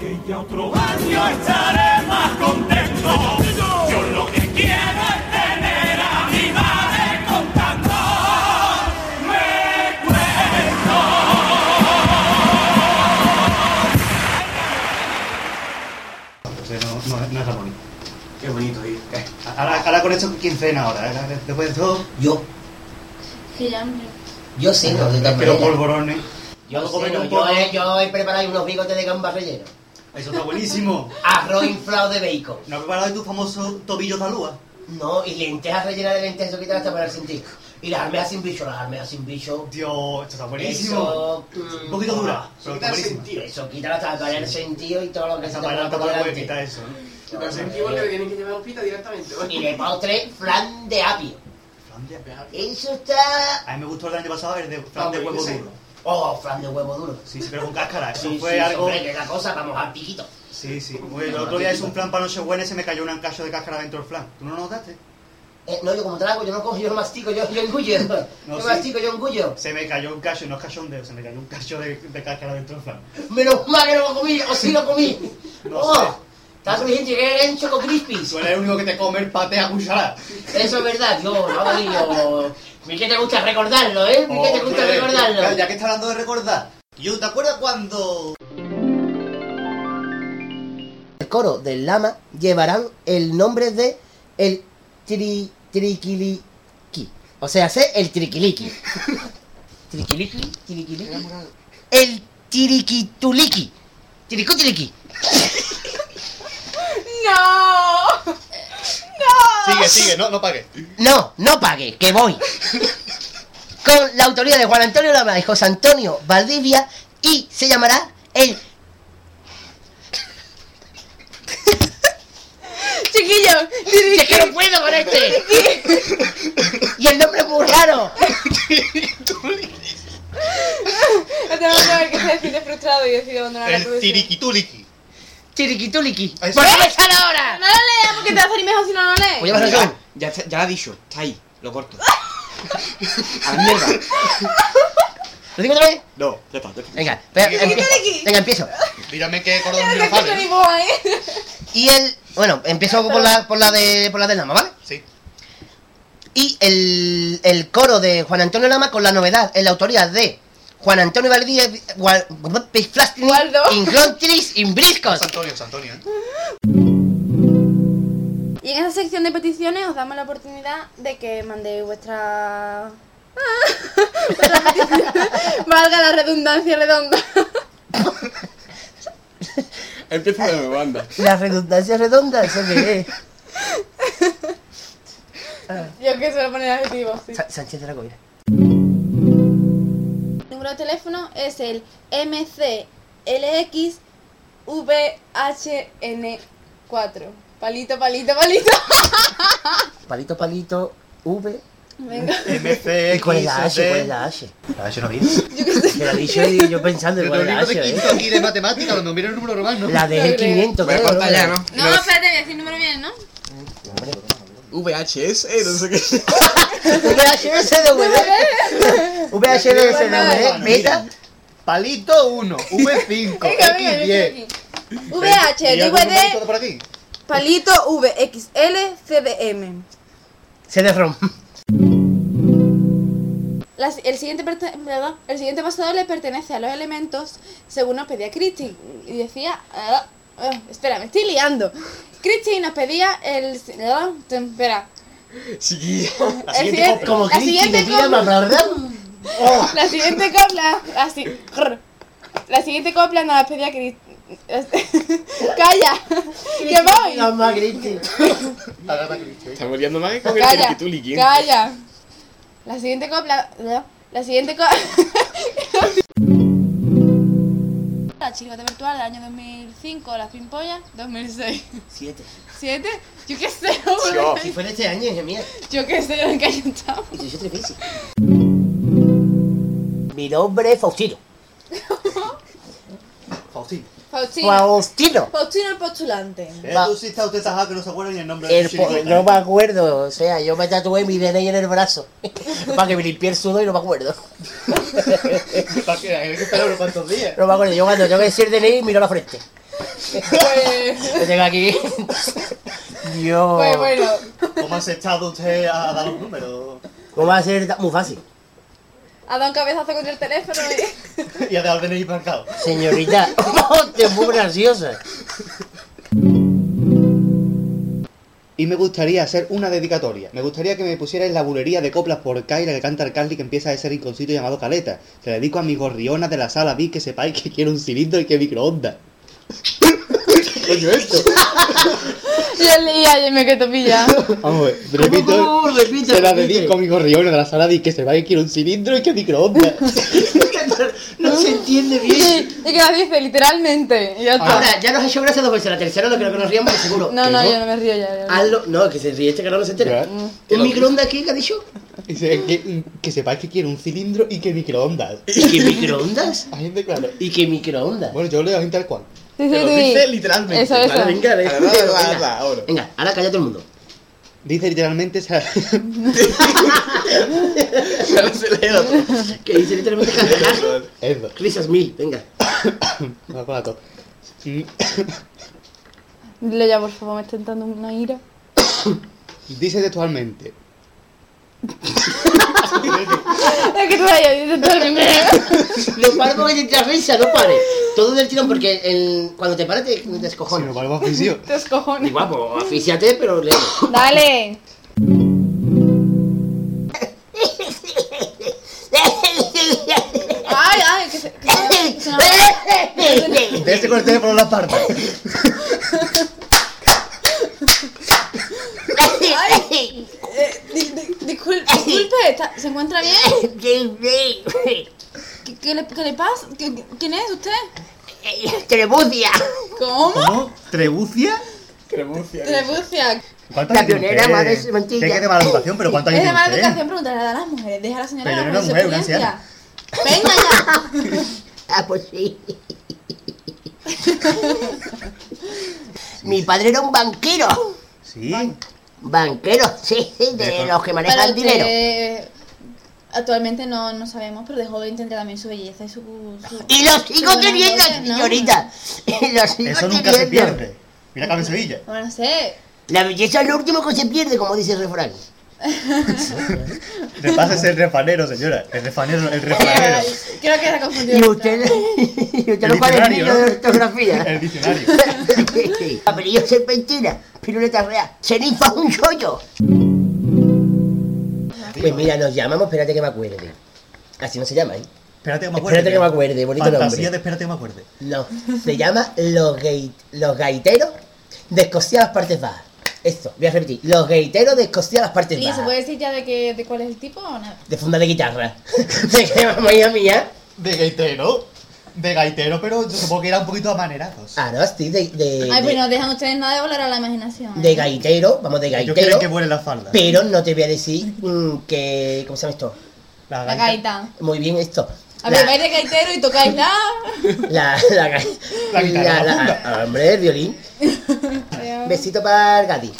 C: que ya otro año estaré más contento. Yo lo que quiero es tener a mi madre contando me cuento.
I: bonito ahí. Eh,
E: Ahora, ahora con esto, ¿quién cena ahora? Ahora, Después de todo,
B: Yo,
J: Que ya hambre.
B: yo ceno de todas
E: pero
B: maneras.
E: polvorones.
B: Yo
E: Vamos a comer
B: ceno,
E: un
B: yo
E: poco.
B: he, yo he preparado unos bigotes de gamba relleno.
E: Eso está buenísimo.
B: Arroz inflado de bacon.
E: ¿No has preparado tu famoso tobillo de alúa?
B: No, y lentejas rellenas de lentejas, eso quita hasta para el sentido. Y las almejas sin bicho, las almejas sin bicho.
E: Dios, esto está buenísimo.
B: Eso,
E: Un poquito dura, pero está
I: Quita el
E: buenísimo.
I: sentido.
B: Mm. Eso quita hasta para el sentido y todo lo que se
E: Esa
B: te
E: para
B: ponga por
E: para puede
B: delante.
E: quitar eso. ¿no?
I: Pero sentí que le tienen que llevar pita directamente.
E: ¿eh?
B: Y de postre, flan de apio.
E: Flan de-
B: Eso está...
E: A mí me gustó el año pasado el de flan de
I: Ah,
E: huevo
I: yo sé.
E: duro.
B: Oh, flan de huevo duro.
E: Sí, sí, pero con cáscara. Eso
B: Sí,
E: fue
B: sí,
E: algo.
B: hombre, que la cosa, vamos al piquito.
E: Sí, sí. Oye, el otro día hice un plan para Nochebuena y se me cayó un ancacho de cáscara dentro del flan. ¿Tú no lo notaste?
B: Eh, no, yo como trago, yo no cojo, yo no mastico, yo, yo engullo.
E: No,
B: yo
E: sí.
B: mastico, yo engullo.
E: Se me cayó un cacho, no es cachondeo, se me cayó un cacho de, de cáscara dentro del flan.
B: Menos mal que no lo comí, o sí lo comí.
E: No
B: oh,
E: sé.
B: Estás bien, llegué en Choco
E: Tú
B: Crispies.
E: eres el único que te come el pate a cuchara.
B: Eso es verdad, yo, no, amarillo. Mi que te gusta recordarlo, ¿eh? Mi que te gusta recordarlo.
E: Ya que está hablando de recordar. Yo, ¿te acuerdas cuando...?
B: El coro del lama llevarán el nombre de el tri, triquiliqui. O sea, sé el triquiliqui. triquiliqui, triquiliqui. El tiriquituliqui. Tiriquitiliqui.
J: ¡No!
E: Sigue, sigue, no, no pagues.
B: No, no pague, que voy. Con la autoría de Juan Antonio Lama y José Antonio Valdivia y se llamará el...
J: Chiquillos,
B: ¡Es que no puedo con este! Y el nombre es muy raro.
J: tenemos que ver que se siente frustrado y decide
B: Ah,
J: abandonar la profesión.
E: tiriquituliki.
B: Tiriquituliqui.
E: Ahí está.
B: ¡Por qué sale
G: ¿Eh?
B: ahora!
J: No lo leas porque te va a salir mejor si no lo lees.
B: Pues llevas razón.
I: Ya, ya, ya lo ha dicho, está ahí, lo corto. A la mierda.
B: ¿Lo digo otra vez?
I: No, ya está, ya está.
B: Venga, pero
J: Tiriquituliqui.
B: empiezo. Venga, empiezo.
E: Dígame qué cordón
J: Mira, que
E: girofales.
J: Tony Boy, ¿eh?
B: Y el... Bueno, empiezo por la, por la, de, por la del Lama, ¿vale?
E: Sí.
B: Y el, el coro de Juan Antonio Lama con la novedad en la autoría de Juan Antonio Valdivia, Gual- Plastin,
J: Waldo.
B: Inglontris, Imbriscos.
E: San Antonio, San Antonio, ¿eh?
J: Y en esa sección de peticiones os damos la oportunidad de que mandéis vuestra... vuestra petición. Valga la redundancia redonda.
I: Empieza de nuevo, anda.
B: La redundancia redonda, eso que es.
J: Yo que suelo poner adjetivos, sí.
B: Sa- Sánchez de la Coira.
J: El número de teléfono es el MCLXVHN4. Palito, palito, palito.
B: Palito, palito, V.
J: Venga.
E: MCX,
B: ¿Y cuál es la H? ¿Cuál es la H?
E: La H no viene.
B: Me la he dicho y yo pensando en
E: Pero
B: cuál es la
E: lo único
B: H,
E: de quinto
B: ¿eh?
E: aquí de matemática, donde mira el número normal, ¿no?
B: La
J: No
B: de
J: creo.
B: 500,
I: Me
B: creo.
I: corta ya, ¿no?
J: No, espérate, voy a decir el número bien, ¿no?
I: VHS, eh, no sé qué.
B: VHS de V. VHS de V.
E: Bueno, mira.
B: Beta.
E: Palito 1, V5,
J: Venga, venga, yo estoy
E: X10.
J: aquí. VH,
E: ¿Y algún numerito de
J: DVD,
E: por aquí?
J: palito, VXL, CDM.
B: CD-ROM.
J: La- el, siguiente perte- perdón, el siguiente pasado le pertenece a los elementos, según nos pedía Christie. Y decía. ah, ah, espera, me estoy liando. Christie nos pedía el. si- ah, tem- espera.
I: Chiquilla.
J: El
E: siguiente
J: siguiente-
B: Como
J: la
B: Cristi
J: siguiente
B: que tira
J: copla.
B: ¿verdad?
J: La siguiente copla. Así. grr. La siguiente copla nos la pedía Christie. Calla, que voy.
B: Mamá, Cristi.
E: ¿eh?
I: Está muriendo más que con el
J: Calla,
I: tiriquituliqui.
J: calla. La siguiente copla. ah, La siguiente copla. La chirigota virtual del año 2005, la Finpolla, 2006.
B: Siete.
J: ¿Siete? Yo qué sé,
I: Yo.
J: hombre.
B: Si fuera este año, es mía.
J: Yo qué sé, en qué año estamos.
B: Y yo difícil. Mi nombre es Faustino.
E: Faustino.
J: Faustino.
B: Faustino.
J: Faustino el postulante.
E: Eh,
B: Va.
E: Tú sí estás usted tajado que no se acuerda ni el nombre
B: El
E: del
B: po-
E: chico.
B: no me acuerdo, o sea, yo me tatué mi DNI en el brazo para que me limpie el sudor y no me acuerdo.
E: ¿Para qué? Hay que esperar unos cuantos días.
B: No me acuerdo, yo cuando tengo que decir DNI miro la frente.
J: Pues,
B: Yo tengo aquí. Dios.
J: pues bueno,
E: ¿Cómo ha aceptado usted a dar un número?
B: ¿Cómo va a ser ta- muy fácil?
J: ha dado un cabezazo contra el teléfono y...
E: Y a dejar de ir marcado.
B: Señorita, usted es muy graciosa.
E: y me gustaría hacer una dedicatoria. Me gustaría que me pusierais la bulería de coplas por Kaira que canta Carly que empieza ese rinconcito llamado Caleta. Se la dedico a mi gorriona de la sala Vi que sepáis que quiero un cilindro y que microondas. Coño, esto.
J: Yo leía y me quedo pillado.
E: Vamos a ver, repito.
B: ¿Cómo? Repite,
E: Se la
B: repite.
E: dedico a mi gorriona de la sala Vi que sepáis que quiero un cilindro y que microondas.
B: no se entiende
J: Y
B: bien.
J: que la dice literalmente. Y ya
E: Ah,
J: está.
B: Ahora, ya nos ha hecho gracia dos veces. La tercera no creo que nos ríamos, de seguro.
J: No, no, yo no me río ya. ya, ya.
B: Hazlo. No, que se ríe este que no se entera.
E: Ya.
B: ¿Un microondas aquí que ha dicho?
E: Dice que, que sepáis que quiero un cilindro y que microondas.
B: ¿Y qué microondas?
E: Hay gente claro.
B: ¿Y qué microondas?
E: Bueno, yo leo a gente tal cual.
J: Sí, sí,
I: Te lo
J: sí.
I: dice literalmente.
J: Eso, eso.
B: Vale, venga, venga,
I: Ahora, ahora,
B: venga.
I: ahora, ahora.
B: Venga, ahora calla todo el mundo.
E: Dice literalmente esa-
I: Ya no se lee el otro.
B: Que dice literalmente cancelar.
E: eso.
B: Risas mil, venga.
E: Me va con la tos. Mm,
J: Dile ya, por favor, me está entrando una ira.
E: Dice textualmente.
J: Es que todavía dice todo el mundo.
B: No paro porque te da risa, no pare. Todo del tirón porque el- cuando te paras te
E: Si no
B: descojonas.
E: valgo afición.
J: Te
B: Y
J: escojones.
B: guapo, aficiate, pero leo.
J: Dale. Ay, ay, que se. que se- que se-
E: Vete con el teléfono en la parte.
J: eh, di- di- disculpe, disculpe, está- ¿se encuentra bien? ¿Qué, qué le, qué le pasa? ¿Qué- qué- ¿Quién es usted?
B: Trebucia,
J: ¿Cómo?
E: ¿Cómo? ¿Trebucia?
I: Cremucia.
J: Trebucia.
E: ¿Cuántos años
B: La
E: tiene
B: pionera,
E: usted?
B: madre, es mentira.
E: Sé que es de mala educación, pero ¿cuántos años
J: Es de
E: tiene
J: mala
E: usted?
J: educación preguntarle a las mujeres. Deja a la señora
E: Pero
J: hablar
E: era
J: con
E: una mujer, una
J: experiencia. Venga ya.
B: Ah, pues sí. Mi padre era un banquero.
E: Sí.
B: Banquero, sí, de
E: Dejo.
B: los que
J: Para
B: manejan
J: usted,
B: dinero.
J: Actualmente no, no sabemos, pero de joven tendrá también su belleza y su. su-
B: Y los
J: su
B: sigo
J: buena
B: teniendo,
J: gloria, ¿no?
B: señorita. Los sigo
E: Eso nunca se
B: teniendo.
E: pierde. Mira que en Sevilla.
J: Bueno, no sé.
B: La belleza es lo último que se pierde, como dice el refrán.
E: Repásese el refanero, señora. El refanero, el refanero.
J: Ay, Creo que se ha confundido.
B: Y
J: esto.
B: usted, y usted
E: El
B: lo pone
E: diccionario,
B: de
E: ¿no?
B: ortografía.
E: El diccionario.
B: Apellido serpentina, piruleta real, ceniza un chollo. Pues mira, nos llamamos, espérate que me acuerde. Así no se llama, ¿eh?
E: Espérate que me acuerde.
B: Espérate que me acuerde, bonito
E: Fantasía de
B: nombre.
E: espérate que me acuerde.
B: No, se llama Los, gay, los Gaiteros de Escocia a las Partes Bajas. Esto, voy a repetir. Los Gaiteros de Escocia a las Partes
J: ¿Y se
B: Bajas.
J: puede decir ya de, qué, de cuál es el tipo o nada?
B: De funda de guitarra. Se llama Mía Mía.
E: De gaitero. De gaitero, pero yo supongo que era un poquito amanerados.
B: Ah, no, sí, de, de,
J: Ay, pues
B: de,
J: no dejan ustedes nada de volar a la imaginación.
B: de gaitero, vamos, de
E: Yo creo
B: gaitero.
E: que mueren las faldas.
B: Pero no te voy a decir mm, que. ¿Cómo se llama esto?
E: La
J: La
E: gaita.
J: gaita.
B: Muy bien, esto.
J: A ver, vais de gaitero y tocáis la.
B: la, la, ga-
E: La guitarra, la funda.
B: ah, Hombre, el violín. Besito para el Gadi.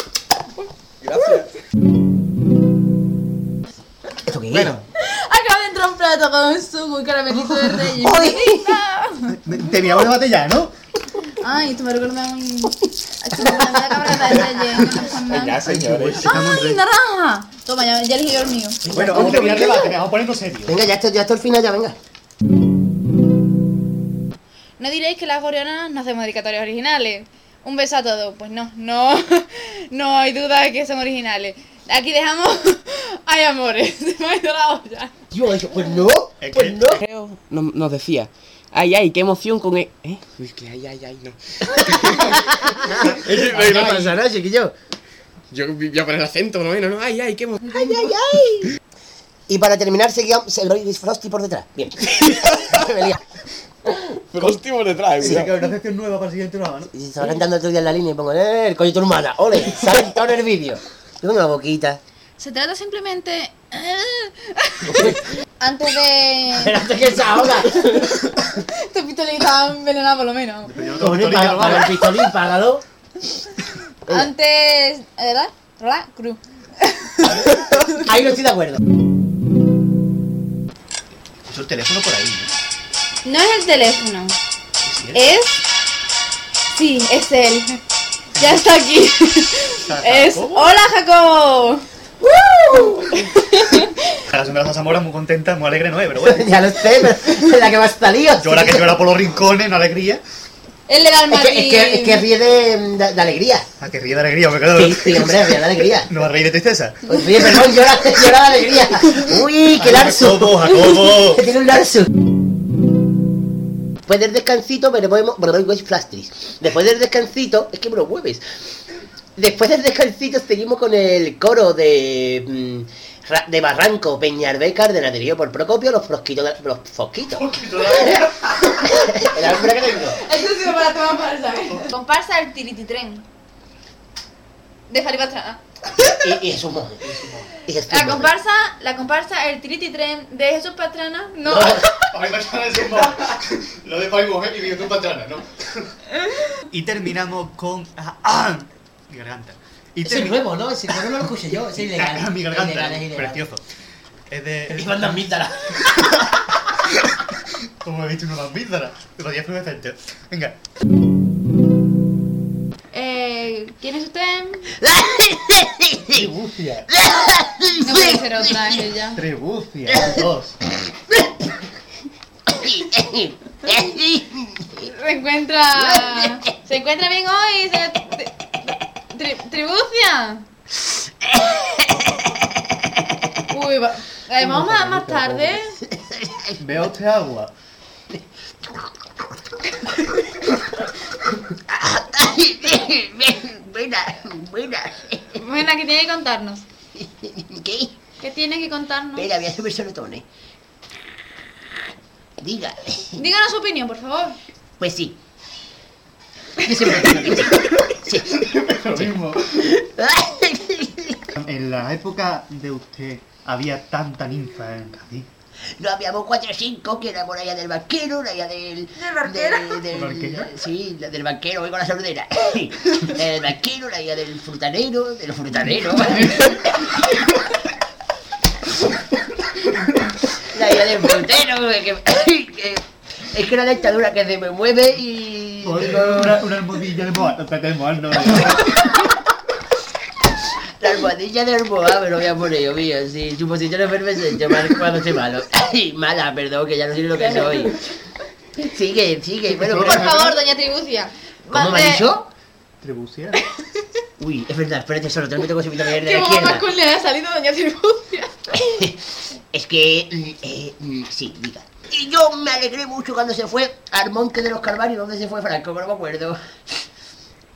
I: Gracias.
B: ¿Esto qué es?
E: Bueno,
J: Acaba de entrar un plato con un zumo y caramelito de rey.
B: ¡Ay!
E: terminamos el debate ya, ¿no?
J: Ay, esto me recuerda a un. Esto me recuerda a la cabra de reyes. no me acuerdo nada.
I: Ya, señores.
J: ¡Ay, naranja! Toma, ya, ya elegí yo el mío.
E: Bueno, vamos a terminar el debate, vamos a ponernos serios.
B: Venga, ya está, ya está el final, ya venga.
J: No diréis que las gorionas no hacemos dedicatorias originales. Un beso a todos. Pues no, no, no hay duda de que son originales. Aquí dejamos. ¡Ay, amores! Se me ha ido la olla.
B: Yo, eso, pues no,
E: Es
B: pues
E: que-
B: no.
D: nos, nos decía, ay, ay, qué emoción con... e- ¿Eh? Uy, que ay, ay, ay, no.
B: Es que no iba a pasar nada, chiquillo.
D: Yo voy a poner acento, por lo menos, ¿no? Ay, ay, qué emoción.
B: ¡Ay, ay, ay! Y para terminar, seguíamos el Roy Frosty por detrás. Bien. Me lía.
I: Pero último le trae,
E: Sí,
I: cuidado.
E: que una sección nueva para el siguiente programa, ¿no?
B: Y se va cantando otro día en la línea y pongo, eh, el coño de tu hermana, ole, sale todo en el vídeo. Yo tengo la boquita.
J: Se trata simplemente. Antes de.
B: Espérate que se ahoga.
J: Tu pistolita envenenada, por lo menos.
B: Hombre, paga, paga el pistolín, págalo.
J: Antes. ¿Verdad? ¿Verdad? Cruz.
B: Ahí no estoy de acuerdo.
E: Puso el teléfono por ahí, ¿no?
J: No es el teléfono.
B: Eh,
J: Es. Sí, es él. Ya está aquí. Es. ¡Hola, Jacobo!
E: Ahora son de las Zamora muy contenta, muy alegre no es, pero bueno.
B: Ya lo sé, pero es la que más salió.
E: Llora que llora por los rincones, una alegría.
J: Él le da el
B: Es que, es que, es que
J: matiz.
B: ríe de, de- de alegría.
E: Ah, que ríe de alegría, me quedo.
B: Sí, sí, hombre, ríe de alegría.
E: No va a reír de tristeza.
B: Uy, Ríe, perdón, llora, llora de alegría. Uy, qué larso.
E: Jacobo, Jacobo.
B: Que tiene un larso. Después del descansito, pero podemos. Bueno, doy flastris. Después del descansito, es que me lo mueves. Después del descansito, seguimos con el coro de. mm, Ra- de Barranco, Peñarbeca, ordenatorio por Procopio, los frosquitos. de- los fosquitos. El hambre que tengo.
J: Esto ha sido para tomar para saber. Comparsa el tirititren. De Ah, Faripastrana.
B: Y, y Jesús Monge, y Jesús Monge, y Jesús
J: La
B: Monge.
J: comparsa, la comparsa el tirititren de Jesús Pastrana. No.
A: Ay, Pastrana es un mo- Lo de Pai Mujer y Virtud Patrana, ¿no?
E: Y terminamos con. ah, ah, mi garganta. Y
B: Ese es
E: termi-
B: nuevo, ¿no? Ese nuevo no lo escuché yo, ese es ilegal.
E: Ah, mi garganta,
B: Ilegal, es ilegal.
E: precioso. Es de.
B: El Iván Dambítara.
E: Como he visto una bambíndara. Lo días fluorescentes. Venga.
J: Eh, ¿Quién es usted?
E: Tribucia.
J: No puede ser otra ella.
E: Tribucia. Dos.
J: Se encuentra. Se encuentra bien hoy. Se... tri- tri- tribucia. Uy, va. eh, vamos más, más tarde.
E: Veo este agua.
B: Buena, buena.
J: Bueno, que tiene que contarnos.
B: ¿Qué?
J: ¿Qué tiene que contarnos?
B: Espera, voy a subir soletones. Diga.
J: Díganos su opinión, por favor.
B: Pues sí. Yo siempre tengo que sí. Sí.
E: Lo mismo. En la época de usted había tanta ninfa en Cádiz.
B: No habíamos cuatro o cinco, que era por allá del banquero, la allá del... ¿Del banquero? del,
E: ¿Banquero?
B: Sí, la del banquero, voy con la sordera. La del banquero, la allá del frutanero, de los frutaneros. la allá del frutero, que- que- Es que era la dictadura que se me mueve y...
E: Una, una almohadilla de moa. No de moa, no.
B: La almohadilla de Almohada me lo voy a poner yo, mío. Sí, su posición efervescente, mal cuando soy malo. Ay, mala, perdón, que ya no soy lo que soy. Sigue, sigue. Bueno,
J: Por
B: pero...
J: favor, doña Tribucia.
B: ¿Cómo me
J: Mande-
B: ha dicho?
E: Tribucia.
B: Uy, es verdad, espérate, solo tengo que subir también de
J: ¿Qué
B: la
J: mamá
B: izquierda.
J: más cool le ha salido doña Tribucia?
B: Es que, mm, eh, mm, sí, diga. Y yo me alegré mucho cuando se fue al Monte de los Calvarios. ¿Dónde se fue Franco? No me acuerdo.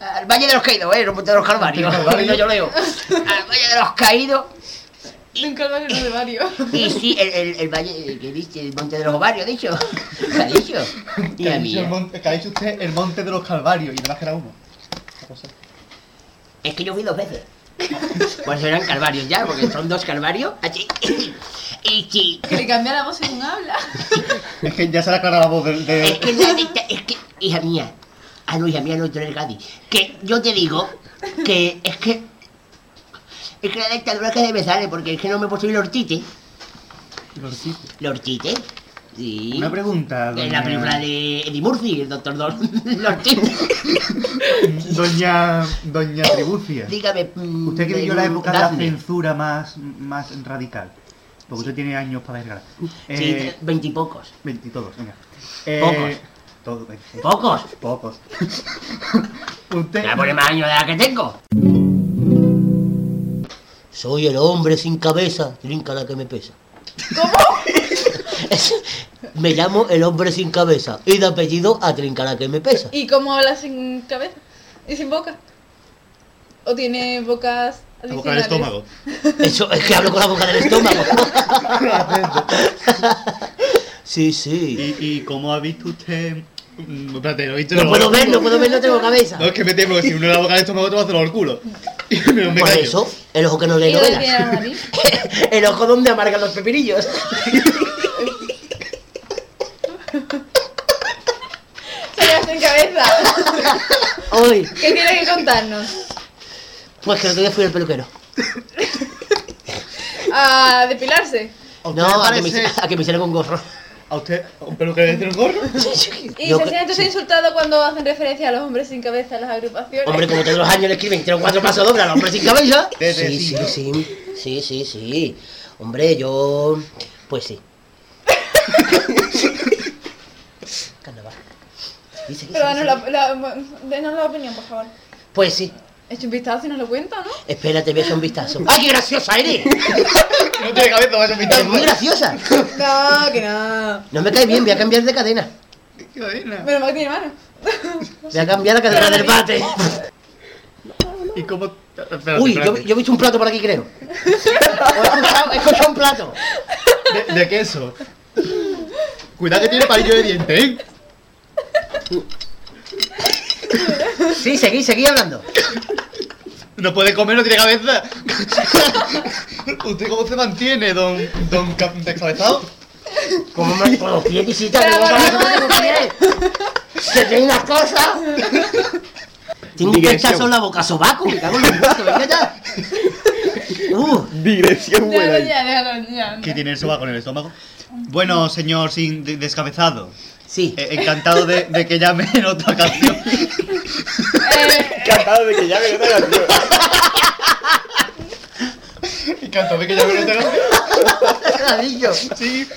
B: Al Valle de los Caídos, eh, no Monte de los Calvarios. No, yo leo. Al Valle de los Caídos.
J: De un calvario no de varios.
B: Y sí, el, el, el valle, el que dice, el monte de los ovarios, ha dicho. ¿Qué ha dicho?
E: Que
B: Tía
E: ha, dicho el
B: mía.
E: monte, que ha dicho usted el monte de los calvarios y nada más que era uno. Esa cosa.
B: Es que yo fui dos veces. Pues eran calvarios ya, porque son dos calvarios. Así. Y sí.
J: Que le cambia la voz según habla.
E: Es que ya se le aclara la voz del. De...
B: Es que la neta, es que, hija mía. Ah, no, hija mía, no, tú eres Gadi. Que yo te digo que es que. Es que la dictadura que se me sale, porque es que no me puedo subir la hortite. ¿La hortite? Sí.
E: Una pregunta, doña.
B: En la película de Eddie Murphy, el doctor Don. La hortite.
E: Doña. Doña Tribucia.
B: Dígame. mm,
E: Usted que vivió la
B: mm,
E: época de la
B: Dafne.
E: censura más, más radical. Porque usted tiene años para desgracia.
B: Sí,
E: Eh,
B: veintipocos.
E: 20 todos, venga. Eh,
B: Pocos.
E: Todos, venga.
B: ¿Pocos?
E: eh, Pocos.
B: Me
E: usted.
B: voy a poner más años de la que tengo. Soy el hombre sin cabeza, trinca la que me pesa. ¿Cómo? me llamo el hombre sin cabeza y de apellido a trinca la que me pesa.
J: ¿Y cómo habla sin cabeza? ¿Y sin boca? ¿O tiene bocas
A: La
J: adicionales?
A: boca del estómago.
B: Eso es que hablo con la boca del estómago. sí, sí.
A: ¿Y, y cómo ha visto usted? Mm, Espérate, lo he visto.
B: No puedo ver, no puedo ver, no tengo cabeza.
A: No, es que me temo que si uno le da boca al estómago, otro va a hacerlo al culo. Y me, me
B: Por
A: callo.
B: eso, el ojo que no
J: ¿Y
B: lee
J: dónde tiene
B: novelas.
J: la nariz?
B: El ojo donde amargan los pepinillos.
J: Señora sin cabeza.
B: Hoy.
J: ¿Qué tiene que contarnos?
B: Pues que el otro día fui al peluquero.
J: ¿A depilarse?
E: ¿A usted le
B: No, a que, me,
E: parece-
B: hici- a que me hicieron un gorro.
E: ¿A usted? ¿Un peluquero le un gorro?
J: ¿Y
B: Yo
J: se
B: cre-
J: siente usted
B: sí.
J: insultado cuando hacen referencia a los hombres sin cabeza en las agrupaciones?
B: Hombre, como todos los años le escriben, tienen cuatro pasos dobles al hombre sin cabeza.
E: Desde
B: Sí, sí,
E: cinco.
B: sí. Sí, sí, sí. Hombre, yo. Pues sí. Carnaval. Dice, dice,
J: Pero danos
B: dice.
J: la, la, denos la opinión, por favor.
B: Pues sí.
J: Eche un vistazo y nos lo cuenta, ¿no?
B: Espérate, voy a echar un vistazo. ¡Ay, qué graciosa eres!
A: No tiene cabeza, vas a
B: ¡Es muy graciosa!
J: No, que no.
B: No me cae bien, voy a cambiar de cadena.
J: Menos mal que tiene mano.
B: Voy a cambiar la cadena del bate.
A: ¿Y cómo? Espérate,
B: Uy, yo,
A: espérate.
B: yo he visto un plato por aquí, creo. O he escuchado, he escuchado un plato.
A: De, de queso. Cuidado que tiene palillo de diente, ¿eh?
B: Sí, seguí, seguí hablando.
A: No puede comer, no tiene cabeza. ¿Usted cómo se mantiene, don, don Cap- descabezado?
B: ¿Cómo me con los pies visitas de
J: Pero
B: boca me
J: bueno, bueno.
B: ¡Se tiene unas cosas! Tengo un
I: Digresión.
B: pechazo en la boca, sobaco, me cago en los muertos, venga ya. Uh,
I: Dirección
J: Déjalo
I: buena.
J: ya, déjalo ya. anda.
A: ¿Qué tiene el sobaco en el estómago? Bueno, señor sin de- descabezado.
B: sí.
A: eh, encantado de, de que llame en otra canción.
J: Eh,
I: Encantado de que ya me otra canción.
A: Encantado de que llame en otra canción.
B: Ladrillo.
A: Sí.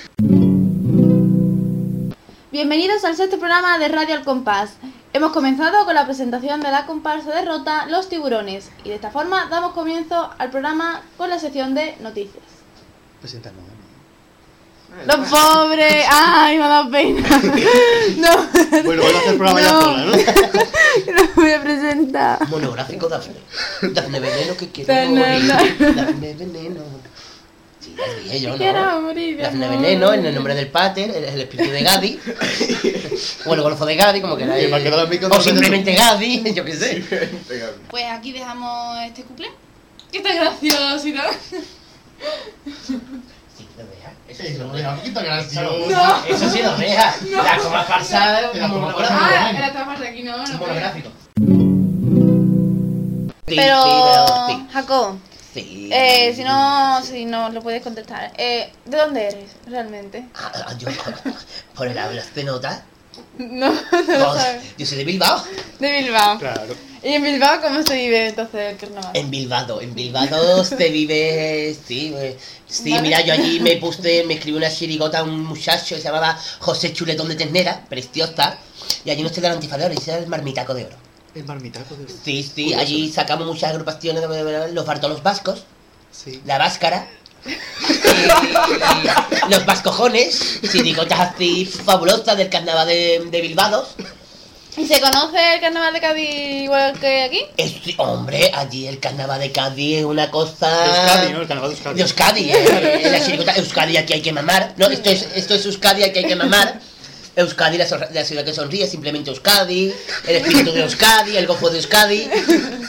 J: Bienvenidos al sexto programa de Radio Al Compás. Hemos comenzado con la presentación de la comparsa de Rota, Los Tiburones, y de esta forma damos comienzo al programa con la sección de noticias.
E: Presentarnos. ¿no?
J: ¡Los pobres! ¡Ay, me ha dado pena! No,
A: Bueno, voy a hacer programa ya
J: No.
A: sola, ¿no?
J: no voy a presentar.
B: Monográfico Dafne. Dafne Veneno que quiero morir.
J: Veneno.
B: Dafne Veneno. Sí, ya dije yo,
J: Quiero
B: ¿no?
J: morir de
B: Dafne
J: amor.
B: Veneno, en el nombre del Pater, el, el espíritu de Gadi. o el golfo de Gadi, como queráis.
A: Y me ha quedado el micro
B: o
A: de-
B: simplemente Gadi, yo qué sé.
J: Pues aquí dejamos este cumple. ¡Qué tan gracioso y tal!
B: Sí, lo deja. Eso sí
A: Eso,
B: lo
A: mira,
B: deja.
A: un poquito gracioso.
J: No.
B: Eso sí lo deja. La coma farsada
A: La coma farsada.
J: Ah,
A: bueno.
J: era esta parte de aquí, no, no.
B: monográfico.
J: Pero, Jacob,
B: Sí.
J: eh, si no, si no lo puedes contestar, eh, ¿de dónde eres realmente?
B: Ah, ah, yo- por el habla, ¿te nota?
J: No, no lo sabes.
B: Yo soy de Bilbao.
J: De Bilbao.
A: Claro.
J: ¿Y en Bilbao cómo se vive entonces el carnaval?
B: En Bilbao, en Bilbao te vive, sí, eh, sí,
J: Vale.
B: mira, yo allí me puse, me escribí una chirigota a un muchacho que se llamaba José Chuletón de Ternera, preciosa, y allí no se dan antifalores, se da el marmitaco de oro.
A: El marmitaco de...
B: Sí, sí, allí sacamos muchas agrupaciones, los bartolos vascos,
A: Sí.
B: la Váscara, y- y los vascojones, chirigotas así fabulosas del carnaval de, de Bilbao.
J: ¿Y se conoce el carnaval de Cádiz igual que aquí?
B: Es- hombre, allí el carnaval de Cádiz es una cosa...
A: Euskadi, ¿no? El carnaval de Euskadi.
B: De Euskadi, eh, la chirigota Euskadi aquí hay que mamar. No, esto es, esto es Euskadi aquí hay que mamar. Euskadi, la, sorra- la ciudad que sonríe, simplemente Euskadi, el espíritu de Euskadi, el gozo de Euskadi.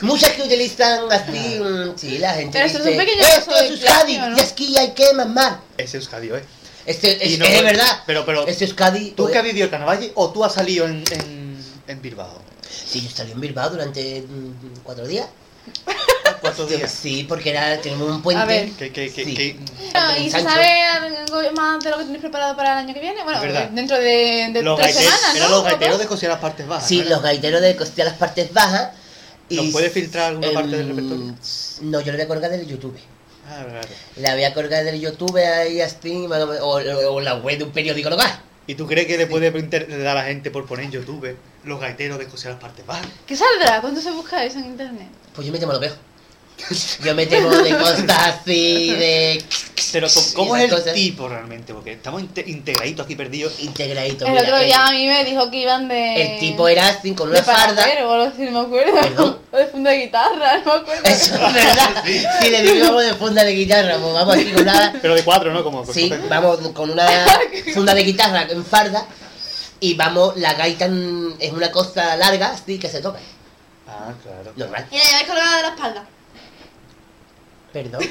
B: Muchas que utilizan así, mm, sí, la gente
J: Pero esto es un
B: dice,
J: pequeño
B: esto es
J: gozo de
B: Euskadi,
J: plagio, ¿no?
B: y aquí hay que mamar.
A: Es Euskadi, ¿eh?
B: Este, es,
A: Y no
B: es
A: puede-
B: verdad,
A: pero- pero-
B: este Euskadi...
A: ¿Tú
B: pues,
A: que has vivido el carnaval o tú has salido en, en, en Bilbao?
B: Sí, yo salí en Bilbao durante mm, cuatro días.
A: ¿Cuántos días?
B: Sí, porque era, tenemos un puente.
J: A ver.
A: Que, que, que,
B: Sí.
A: que-
J: Bueno, ¿Y se
B: Sancho.
J: sabe algo más de lo que tenéis preparado para el año que viene? Bueno,
A: Es verdad.
J: dentro de, de
A: Los
J: tres
A: gaiteros-
J: semanas,
A: eran
J: ¿no?
A: los gaiteros
J: Jacob?
A: de coser las partes bajas.
B: Sí,
A: ¿no?
B: los gaiteros de costea las partes bajas.
A: ¿Nos puede filtrar alguna
B: em,
A: parte del repertorio?
B: No, yo lo voy a colgar del YouTube.
A: Ah, claro.
B: La voy a colgar del YouTube ahí así, o, o- o en la web de un periódico local.
A: ¿Y tú crees que le puede inter- dar a la gente por poner en YouTube los gaiteros de coser las partes bajas?
J: ¿Qué saldrá? ¿Cuándo se busca eso en internet?
B: Pues yo me temo lo peor. Yo me temo de cosas así, de
A: Pero ¿cómo, cómo
B: esas
A: es el
B: cosas.
A: tipo realmente? Porque estamos inte- integraditos aquí perdidos.
B: integradito. Pues
J: El
B: mira,
J: otro
B: el-
J: día a mí me dijo que iban de.
B: el tipo era así, con
J: de
B: una farda.
J: panadero o algo así, no me acuerdo.
B: ¿Perdón?
J: O de fondo de guitarra, no me acuerdo.
B: Eso es verdad. Si le digo algo de funda de guitarra, pues vamos así con nada.
A: Pero de cuatro, ¿no?
E: Pues
A: Como pues,
B: Sí,
A: como-
B: vamos con una funda de guitarra en farda y vamos, la gaita en- es una cosa larga, así que se toca.
A: Ah, claro.
B: Normal.
J: Y la lleváis colgada de la espalda.
B: Perdón.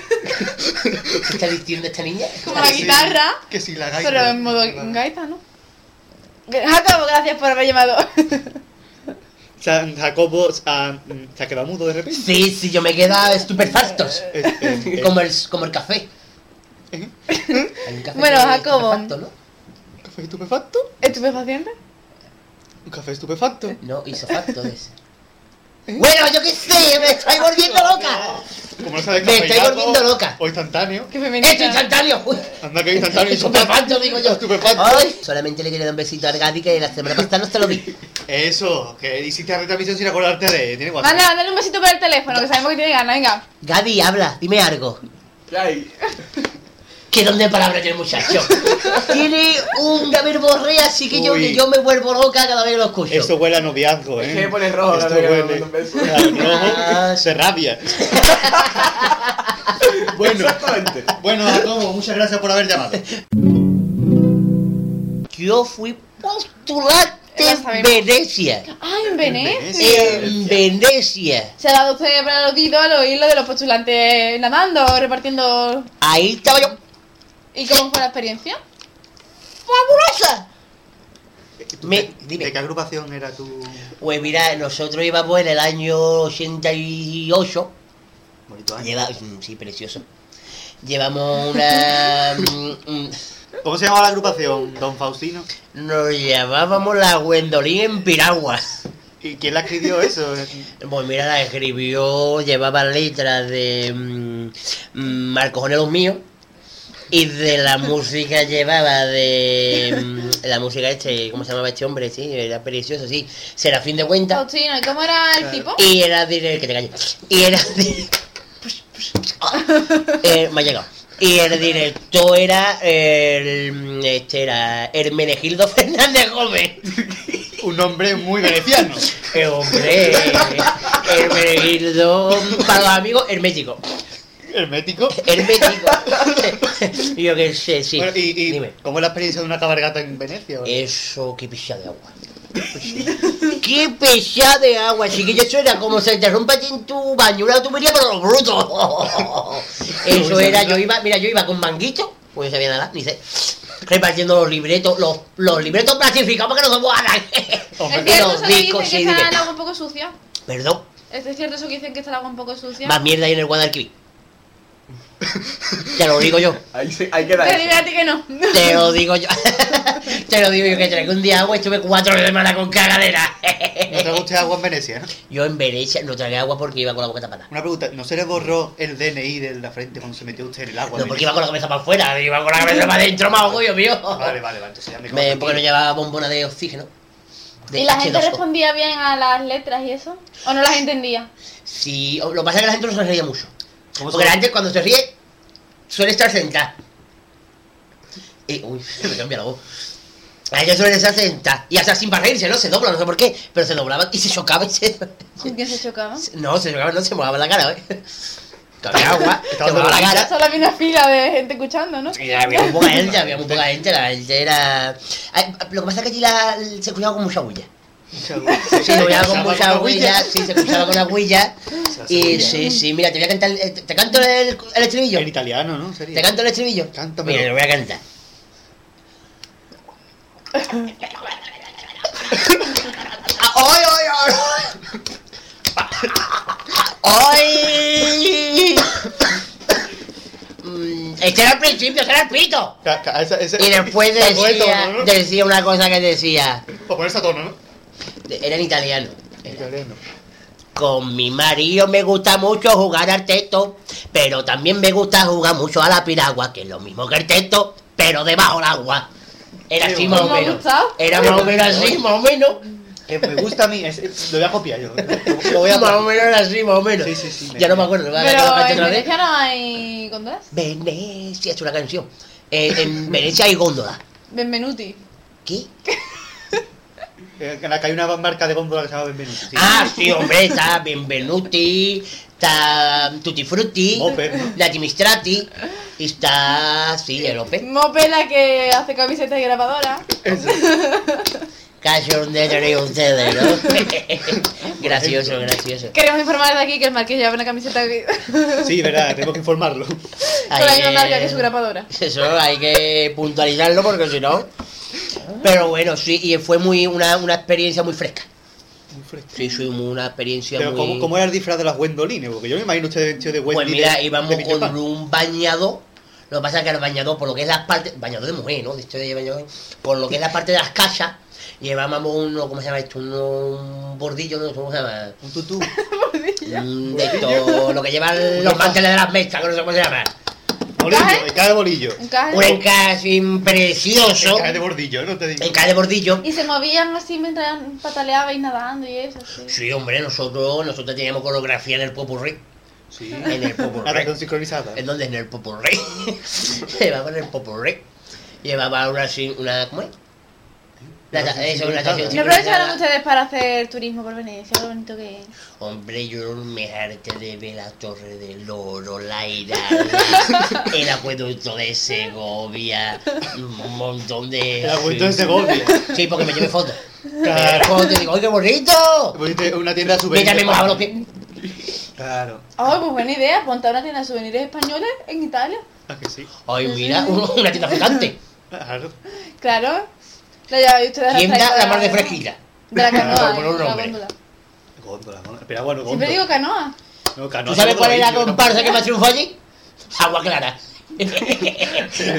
B: ¿Qué está diciendo esta niña?
E: Ah,
J: Como la
A: Sí,
J: guitarra,
A: Que si la gaita.
J: pero en modo
A: Claro.
J: gaita, ¿no? Jacob, gracias por haber llamado.
A: San Jacobo ah, mm, se ha quedado mudo de repente.
B: Sí, sí, yo me queda estupefactos.
A: Eh, eh, eh,
B: Como el, como el café. Hay un café
J: Bueno,
B: que es
J: Jacobo.
B: estupefacto, ¿no?
A: ¿Un café estupefacto?
J: ¿Estupefaciente?
A: ¿Un café estupefacto?
B: No, isofacto de ese. Bueno, yo qué sé, me estoy volviendo loca.
A: Como no sabes
B: Me estoy
A: cafeinato
B: volviendo loca.
A: O instantáneo.
J: Qué
B: Esto
J: femenina.
B: instantáneo. Uy.
A: Anda que instantáneo.
B: Estupefacto, digo yo.
A: Estupefacto.
B: Ay, solamente le quería dar un besito al Gadi que la semana pasada no te lo di.
A: Eso, que hiciste la retransmisión sin acordarte de. Tiene WhatsApp.
J: Manda, dale un besito por el teléfono, que sabemos que tiene ganas, venga.
B: Gaby, habla, dime algo. ¿Qué don de palabras tiene el muchacho? tiene un Gabriel Borré, así que yo,
A: Uy.
B: yo me vuelvo loca cada vez que lo escucho.
A: Esto huele a noviazgo, ¿eh?
B: Es que pone rojo,
A: Esto
B: la verdad,
A: huele a rojo, se rabia. bueno, bueno, Jacobo, muchas gracias por haber llamado.
B: Yo fui postulante en Venecia.
J: Ah, en Venecia.
A: eh,
B: En Venecia.
J: Se ha dado usted para los guidos al oír lo de los postulantes nadando, repartiendo.
B: Ahí estaba yo.
J: ¿Y cómo fue la experiencia?
B: ¡Fabulosa!
E: ¿De qué agrupación era tu...?
B: Pues mira, nosotros íbamos en el año 88.
E: Bonito año.
B: Lleva, mm, sí, precioso. Llevamos una... mm, mm,
E: ¿Cómo se llamaba la agrupación, don Faustino?
B: Nos llamábamos la Gwendolyn en Piragua.
E: ¿Y quién la escribió eso?
B: Pues mira, la escribió, llevaba letras de mm, mm, Marcos Jonelo mío. Y de la música llevaba de. mm, la música este, ¿cómo se llamaba este hombre? Sí, era precioso, sí. Serafín de cuenta.
J: Faustino, ¿y cómo era el tipo?
B: Y era de. Que te calles. Y era de. Eh, me ha llegado. Y el director era. eh, el- este era. Hermenegildo Fernández Gómez.
A: Un hombre muy veneciano.
B: Eh, hombre. Hermenegildo. Para los amigos, hermético.
A: ¿Hermético?
B: Hermético. Yo qué sé, sí.
A: Bueno, y, y
B: Dime. Eh,
A: ¿Cómo es la experiencia de una cabalgata en Venecia?
B: Eso, qué pesada de agua. ¡Qué pesada de agua, chiquillo! Eso era como se interrumpe a ti en tu baño, una tubería pero los bruto. Eso era, yo iba, mira, yo iba con manguito, pues no sabía nada, ni sé, repartiendo los libretos, los, los libretos plastificados porque no somos a nadie.
J: Es cierto,
B: Los
J: eso que dicen
B: discos,
J: que
B: sí,
J: está el
B: dime.
J: agua un poco sucia.
B: Perdón,
J: ¿Es cierto eso que dicen que está el agua un poco sucia?
B: más mierda hay en el Guadalquivir. Te lo digo yo,
G: Ahí, se- ahí queda
J: Te
G: eso.
J: diré a ti que no.
B: te lo digo yo. Te lo digo yo que traigo un día agua y estuve cuatro semanas con cagadera.
A: ¿No
B: eh.
A: te gusta agua en Venecia?
B: Yo en Venecia no tragué agua porque iba con la boca tapada.
A: Una pregunta, ¿no se le borró el DNI de la frente cuando se metió usted en el agua?
B: No, porque iba con la cabeza para afuera, iba con la cabeza para adentro, más ojo, Dios mío.
A: Vale, vale, vale, entonces ya me
B: Me- porque no llevaba bombona de oxígeno. De
J: ¿Y la gente
B: H2O.
J: respondía bien a las letras y eso? ¿O no las entendía?
B: Sí, o- lo que pasa es que la gente no se reía mucho.
A: ¿Cómo
B: Porque
A: se-
B: la gente cuando se ríe suele estar sentada. Y, uy, se me cambia la voz. La gente suele estar sentada. Y hasta sin barrerse, ¿no? Se dobla, no sé por qué. Pero se doblaba y se chocaba y se...
J: ¿Con quién se chocaba?
B: No, se chocaba, no se mojaba la cara, ¿eh? Que había agua, se mojaba la cara.
J: Solo había una fila de gente escuchando, ¿no?
B: Ya había muy poca gente, había muy poca gente, la gente era... Ay, Lo que pasa es que allí la, se escuchaba con mucha bulla. Sí, se escuchaba con mucha bulla, sí, se escuchaba con la bulla. Y sí, sí, mira, te voy a cantar, eh, te, te canto el, el estribillo.
A: En italiano, ¿no? Sería.
B: Te canto el estribillo.
A: Cántamelo.
B: Mira, lo voy a cantar. ¡Ay, ay, ay! ¡Ay! Mm, Este era el principio, este era el pito.
A: Ca- ca- esa- esa-
B: Y después
A: Para poner
B: decía,
A: tono, ¿no?
B: decía una cosa que decía,
A: Para ponerse a tono, ¿no?
B: era en italiano.
A: Italiano.
B: Con mi marido me gusta mucho jugar al teto, pero también me gusta jugar mucho a la piragua, que es lo mismo que el teto, pero debajo del agua. Era
A: Qué
B: así más o
A: bueno.
B: menos. Era más o menos así, más o menos.
A: Que Eh, me gusta a mí, es- lo voy a copiar yo. Lo voy a
B: Más o menos era así, más o menos.
A: Sí, sí, sí.
B: Ya no me acuerdo, lo voy a
J: Pero
B: cantar
J: en
B: otra vez.
J: Venecia no hay góndolas.
B: Venecia es una canción. Eh, en Venecia hay góndola.
J: Benvenuti.
B: ¿Qué?
A: Eh, En la que hay una marca de góndola que se llama Benvenuti. sí.
B: Ah, sí, hombre, está Benvenuti, está Tutti Frutti,
A: Mope, ¿no?
B: Nati Mistrati, y está, sí, el Ope.
J: Mope la que hace camisetas y grabadora.
B: Casi un dedo ustedes, ¿no? gracioso, gracioso.
J: Queremos informar de aquí que el marqués lleva una camiseta que-
A: Sí, verdad, tengo que informarlo.
J: con
B: eh.
J: la misma marca que su grapadora.
B: Eso hay que puntualizarlo porque si no. Pero bueno, sí, y fue muy una, una experiencia muy fresca. Sí, sí, una experiencia
A: Pero
B: muy.
A: ¿cómo, cómo era el disfraz de las Gwendolines? Porque yo me imagino usted vestido de Wendy.
B: Pues mira,
A: de-
B: íbamos
A: de Peter
B: con
A: Pan.
B: un bañador. Lo que pasa es que el bañador, por lo que es la parte. Bañador de mujer, ¿no? De esto de bañador. Por lo que es la parte de las casas, llevábamos uno, ¿cómo se llama esto? Uno- un bordillo, ¿no? ¿Cómo se llama? Mm,
A: Un tutú.
B: Un de esto, lo que llevan los manteles de las mechas, que no sé cómo se llama.
A: Bolillo, encaje de bolillo.
J: Encaje de
B: Un
J: bolillo.
B: encaje precioso.
A: Encaje de bordillo, no te digo.
B: Encaje de bordillo.
J: Y se movían así mientras pataleabais nadando y eso, sí.
B: Sí, hombre, nosotros, nosotros teníamos coreografía en el Popurrí.
A: Sí.
B: En el Popurrí.
A: Natación sincronizada.
B: ¿En dónde? En el Popurrí. Llevaba en el Popurrí. Llevaba una... sin- una ¿Cómo es? La-
A: Natación
B: eso, una
A: sincronizada.
B: natación
J: ¿No aprovecharon
B: sincronizada.
J: ustedes para hacer turismo por Venecia? Lo bonito que es.
B: Hombre, yo me harté de ver la torre del oro, la Irala, el acueducto de Segovia, un montón de...
A: El acueducto de Segovia.
B: Sí, porque me llevé fotos. Me llevé
A: Claro.
B: fotos y digo, ¡ay, qué bonito!
A: Pusiste Pues una tienda de
B: Mira,
A: souvenirs.
B: me mojaba los pies.
A: Claro.
J: Oh, pues buena idea, montar una tienda de souvenirs españoles en Italia.
A: ¿A que sí?
B: Ay, mira, un- una tienda flotante.
A: Claro.
J: Claro. La lleváis ustedes
B: Tienda
J: hasta
B: la
J: ahí
B: mar de
J: para-
B: fresquita.
J: De la
A: Claro,
J: canoa,
A: por
J: eh,
A: un
J: la
A: hombre.
J: góndola.
A: Góndola, góndola. Pero bueno,
J: Siempre digo
A: góndola.
J: canoa.
A: No, canoa,
B: ¿Tú sabes
A: góndola,
B: cuál es la
A: bicho,
B: comparsa que más triunfó allí? Agua Clara.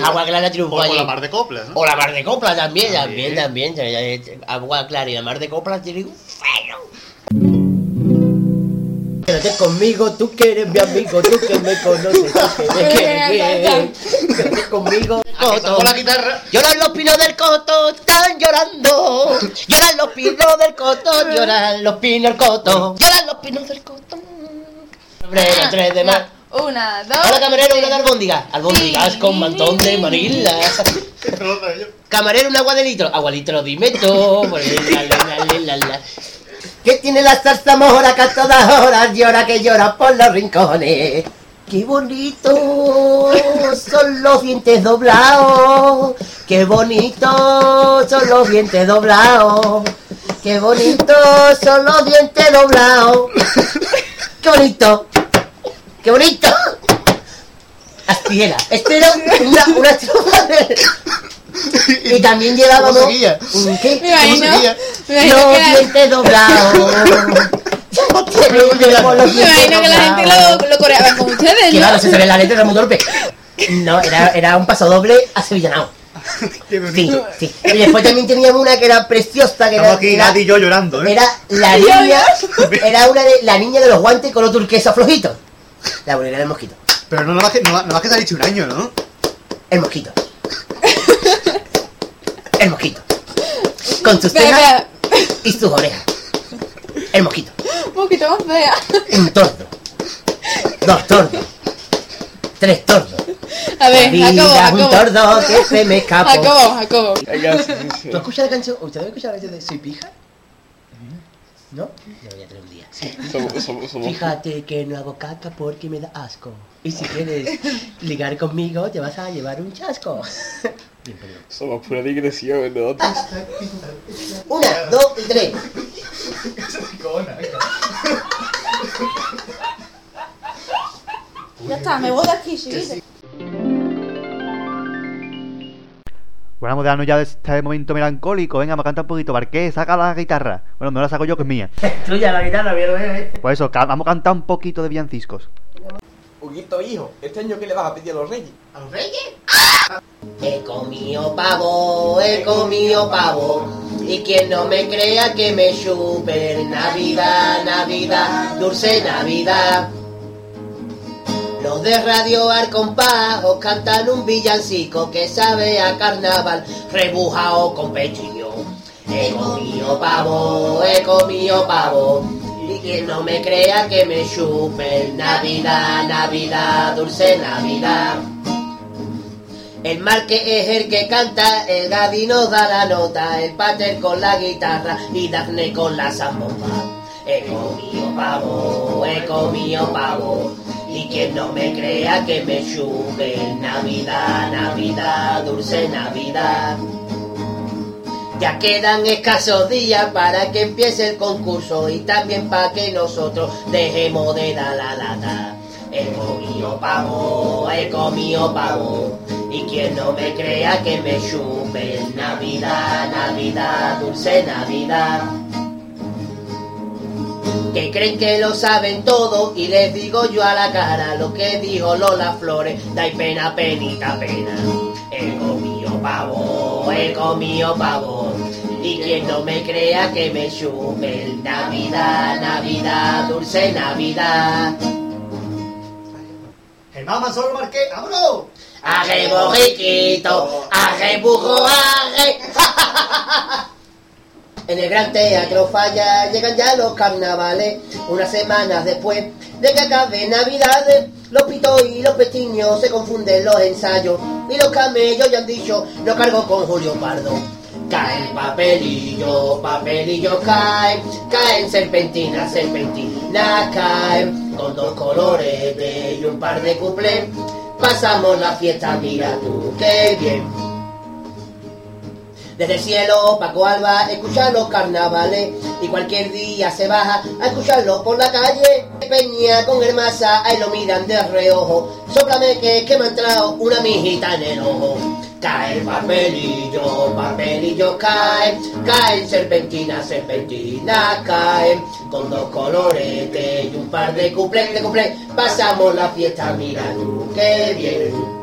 B: Agua Clara
A: O
B: triunfó
A: con
B: allí.
A: la mar de coplas, ¿no?
B: O la Mar de Copla también, también,
A: También.
B: también. también. Agua Clara y la Mar de Copla tienen un fero. Quédate conmigo, tú que eres mi amigo, tú que me conoces, tú que me quieres bien. Quédate conmigo, Coto.
A: Con la guitarra.
B: Lloran los pinos del coto, están llorando. Lloran los pinos del coto, lloran los pinos del coto. Lloran los pinos del coto. Febrero, 3 de marzo.
J: Una, dos.
B: Ahora camarero, una de
J: tres.
B: albóndiga. Albóndigas con mantón de manila.
A: Perdón, yo.
B: Camarero, un agua de litro. Agua de litro, dime tú. La, la, la, la, la, la. Que tiene la salsa mora que a todas horas llora que llora por los rincones. Qué bonito son los dientes doblados. Qué bonito son los dientes doblados. Qué bonito son los dientes doblados. Qué bonito. Qué bonito. Así era. Este era una, una estrofa de- Y también llevábamos...
A: ¿Cómo seguía?
B: ¿Un ¿Qué?
J: Me imagino,
A: ¿Cómo sería?
J: me imagino
B: Los
J: que la-
B: dientes doblados.
J: me imagino que la gente lo, lo coreaba con ustedes,
B: Que
J: ¿no?
B: claro, se ve la letra era muy torpe. No, era, era un paso doble a Sevillanao. Sí, sí. Y después también teníamos una que era preciosa, que era,
M: Estamos aquí
B: era-
M: Nadie y yo llorando, ¿eh?
B: era la
J: Yo,
B: niña, era una de la niña de los guantes color turquesa flojito. La bolera del mosquito.
A: Pero no, no, más que, no, no más que te ha dicho un año, ¿no?
B: El mosquito. El mosquito. Con sus
J: Espera,
B: cejas
J: espera.
B: y sus orejas. El mosquito.
J: Un poquito más fea.
B: Un tordo. Dos tordos. Tres tordos.
J: A ver,
B: Vida
J: Jacobo,
B: es un
J: Jacobo.
B: tordo que se me escapó.
J: Jacobo, Jacobo.
B: ¿Tú has escuchado la canción? ¿Usted ha escuchado la canción de Soy pija? ¿No? No, ya te lo día. Fíjate que no hago caca porque me da asco. Y si quieres ligar conmigo, te vas a llevar un chasco.
G: Somos pura digresión nosotros.
B: Una, dos y tres.
J: Ya está, me voy de aquí, sí.
M: Bueno, vamos a dejarnos ya de este momento melancólico. Venga, vamos a cantar un poquito. Barqué, saca la guitarra. Bueno, no la saco yo, que es mía.
N: Tuya la guitarra, vieron, eh.
M: Pues eso, ca- vamos a cantar un poquito de villancicos.
G: Huguito, hijo, ¿este año qué le vas a pedir a los reyes?
B: ¿A los reyes? ¡Ah! He comido pavo, he comido pavo. Y quien no me crea que me chupe Navidad, Navidad, dulce Navidad. Los de Radio al compás os cantan un villancico que sabe a carnaval, rebujao con pechillo. He comido pavo, he comido pavo. Y quien no me crea que me chupe Navidad, Navidad, dulce Navidad. El mar que es el que canta, el gadino da la nota, el pater con la guitarra y Dafne con la zambomba. He comido pavo, he comido pavo, y quien no me crea que me chupe Navidad, Navidad, dulce Navidad. Ya quedan escasos días para que empiece el concurso y también para que nosotros dejemos de dar la lata. He comido pavo, he comido pavo, y quien no me crea que me chupe Navidad, Navidad, dulce Navidad que creen que lo saben todo y les digo yo a la cara lo que dijo Lola Flores, dai pena, penita, pena. He comido pavo, he comido pavo, y quien no me crea que me chupe el Navidad, Navidad, dulce Navidad.
E: Germán Manzorro Marqués, ¡vámonos!
B: arre borriquito, arre burro, arre. En el gran teatro falla llegan ya los carnavales, unas semanas después de que acabe Navidades. Los pitos y los pestiños se confunden los ensayos y los camellos ya han dicho, no cargo con Julio Pardo. Cae el papelillo, papelillo cae, caen serpentinas, serpentinas caen, con dos colores y un par de cuplés. Pasamos la fiesta, mira tú, qué bien. Desde el cielo, Paco Alba escucha los carnavales y cualquier día se baja a escucharlo por la calle. Peña con hermasa, ahí lo miran de reojo. Sóplame que, que me ha entrado una mijita en el ojo. Cae el papelillo, papelillo cae, caen serpentinas, serpentinas caen, con dos colores y un par de cuplés, de cuplés, pasamos la fiesta, mira tú, qué bien.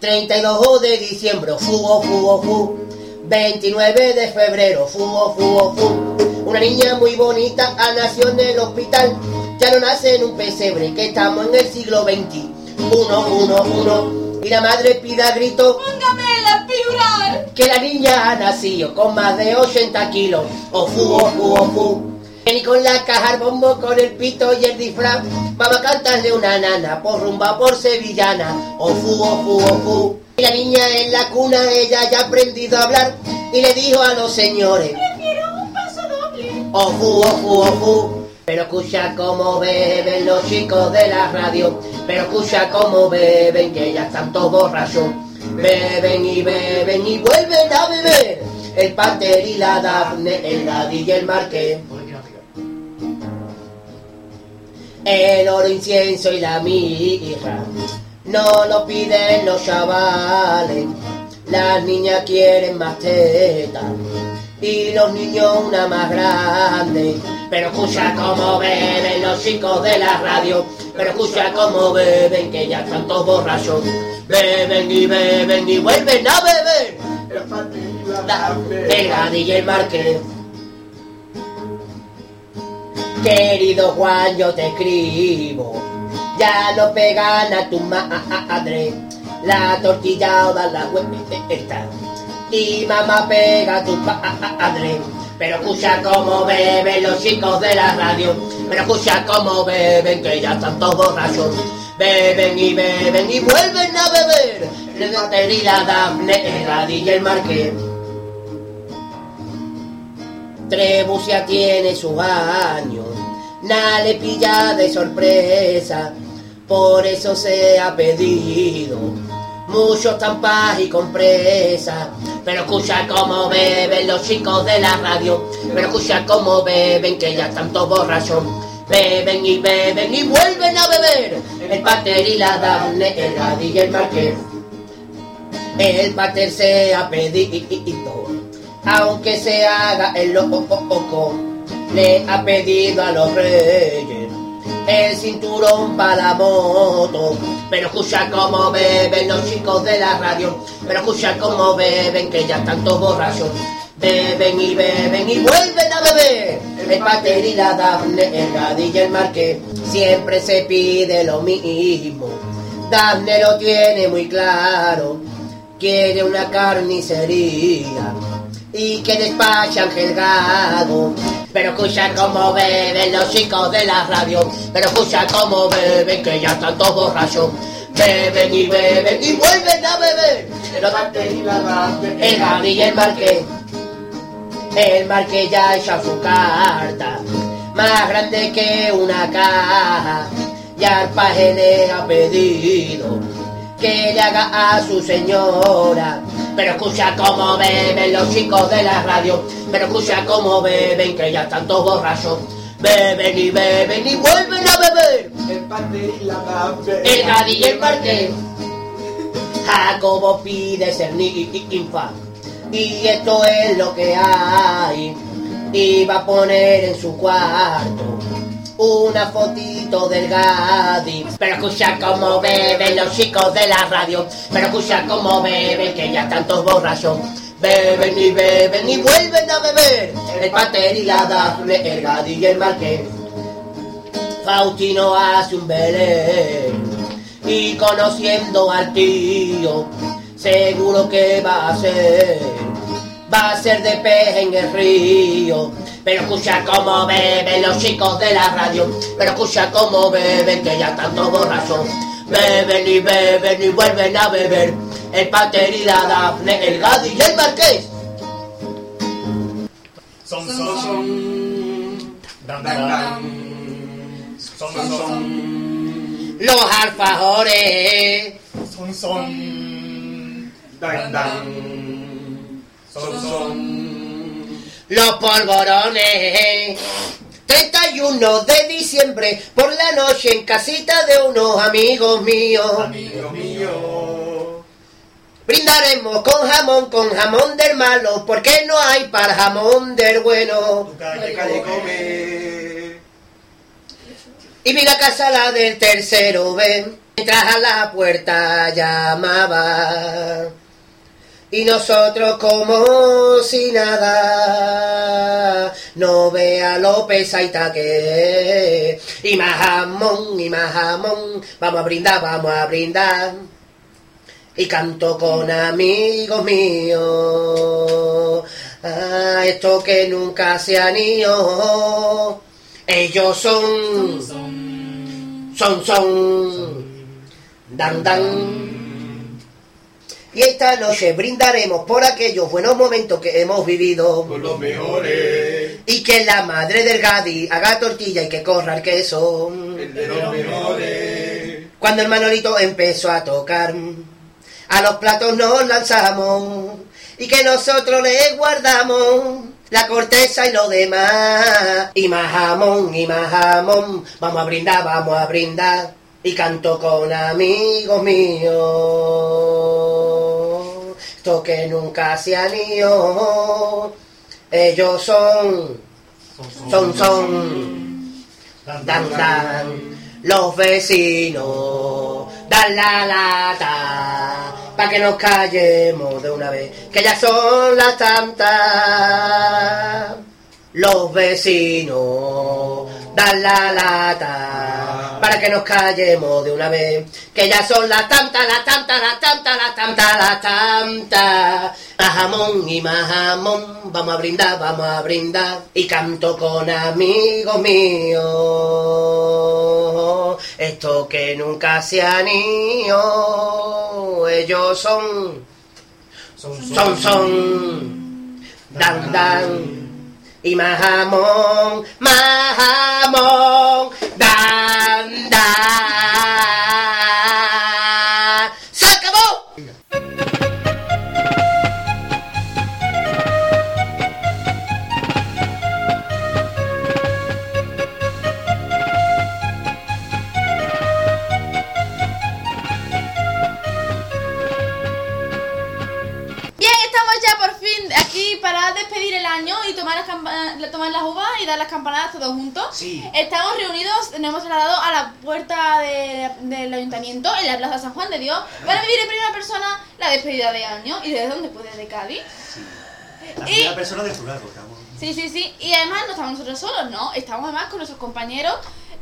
B: 32 de diciembre, fugo, fugo, fu. 29 de febrero, fugo, fugo, fu. Una niña muy bonita ha nacido en el hospital. Ya no nace en un pesebre, que estamos en el siglo XXI. Uno, uno, uno. Y la madre pida a grito
O: ¡Póngame la plural!
B: que la niña ha nacido con más de 80 kilos. O fu, o fu, o fu. Viene con la caja, el bombo, con el pito y el disfraz. Vamos a cantarle una nana por rumba, por sevillana. O fu, o fu, o fu. Y la niña en la cuna, ella ya ha aprendido a hablar. Y le dijo a los señores.
O: Prefiero un paso doble.
B: Ofu, ofu, ofu. Pero escucha cómo beben los chicos de la radio. Pero escucha cómo beben, que ya están todos borrachos. Beben y beben y vuelven a beber. El Pater y la Dafne, el Daddy y el Marqués. El oro, incienso y la mirra. No lo piden los chavales. Las niñas quieren más teta. Y los niños una más grande. Pero escucha cómo beben los chicos de la radio. Pero escucha cómo beben, que ya están todos borrachos. Beben y beben y vuelven a beber. La- El Gadilla y el Marqués. Querido Juan, yo te escribo. Ya no pegan a tu madre. La tortilla o la web está. Y mamá pega a tu padre. Pero escucha cómo beben los chicos de la radio. Pero escucha cómo beben, que ya están todos borrachos. Beben y beben y vuelven a beber. La y la Dafne, el Gadilla y el Marqués. Trebucia tiene su año, nada le pilla de sorpresa, por eso se ha pedido muchos tampas y compresas. Pero escucha cómo beben los chicos de la radio, pero escucha cómo beben que ya están todos borrachos. Beben y beben y vuelven a beber. El pater y la dame, el Gadilla y el marqués. El pater se ha pedido, aunque se haga el loco, le ha pedido a los reyes el cinturón para la moto. Pero escucha cómo beben los chicos de la radio, pero escucha cómo beben que ya están todos borrachos. Beben y beben y vuelven a beber. El pater y la Dafne, el Gadilla y el Marqués, siempre se pide lo mismo. Dafne lo tiene muy claro quiere una carnicería y que despache Ángel Gago. Pero escucha cómo beben los chicos de la radio, pero escucha cómo beben que ya están todos borrachos. Beben y beben y vuelven a beber. Pero Dante y la Dante, el Gabi y el Marqués, el Marqués ya echa su carta, más grande que una caja. Y al paje le ha pedido que le haga a su señora. Pero escucha cómo beben los chicos de la radio, pero escucha cómo beben que ya están todos borrachos. Beben y beben y vuelven a beber.
G: El pater y la
B: El Gadi y el Marqués. Jacobo pide ser ni- infa. Y esto es lo que hay. Y va a poner en su cuarto una fotito del Gadi. Pero escucha cómo beben los chicos de la radio. Pero escucha cómo beben, que ya tantos borrachos. Beben y beben y vuelven a beber. El pater y la Dafne, el Gadi y el Marqués. Faustino hace un belén. Y conociendo al tío, seguro que va a ser. Va a ser de pez en el río. Pero escucha cómo beben los chicos de la radio. Pero escucha cómo beben, que ya tanto borracho. Beben y beben y vuelven a beber. El pater y la Dafne, el Gadi y el Marqués.
A: Son, son, son. Dan, dan, dan. Son, son, son.
B: Los alfajores.
A: Son, son. Dan, dan. Son, son.
B: Los polvorones. 31 de diciembre, por la noche en casita de unos amigos míos.
A: Amigo mío.
B: Brindaremos con jamón, con jamón del malo, porque no hay para jamón del bueno.
A: Calle, calle, come.
B: Y vi la casa la del tercero B, mientras a la puerta llamaba. Y nosotros como si nada, no vea López Aitaque. Y más jamón, y más jamón, vamos a brindar, vamos a brindar. Y canto con amigos míos, ah, esto que nunca se han ido. Ellos son, son, son, dan, dan. Y esta noche brindaremos por aquellos buenos momentos que hemos vivido.
A: Con los mejores.
B: Y que la madre del Gadi haga tortilla y que corra el queso.
A: El de los mejores.
B: Cuando el Manolito empezó a tocar, a los platos nos lanzamos y que nosotros le guardamos la corteza y lo demás. Y más jamón, y más jamón, vamos a brindar, vamos a brindar. Y canto con amigos míos, esto que nunca se han ido. Ellos son, son, son, dan, dan, los vecinos, dan la lata, pa' que nos callemos de una vez, que ya son las tantas. Los vecinos, dan la lata, para que nos callemos de una vez, que ya son las tantas, las tantas, las tantas, las tantas, las tantas. Más jamón y más jamón, vamos a brindar, vamos a brindar, y canto con amigos míos. Esto que nunca se han ido, ellos son, son, son, dan, dan, y más jamón, más jamón, dan, dan. ¡Se acabó!
J: Bien, estamos ya por fin aquí para despedir el año y tomar las, campa- la- tomar las uvas y dar las campanadas todos juntos.
A: Sí.
J: Estamos reunidos, nos hemos trasladado a la puerta de- del ayuntamiento, en la plaza San Juan de Dios, para vivir en primera persona la despedida de año. ¿Y de dónde? Pues desde Cádiz.
E: La
J: Y-
E: primera persona de plural, estamos.
J: Sí, sí, sí. Y además no estamos nosotros solos, ¿no? Estamos además con nuestros compañeros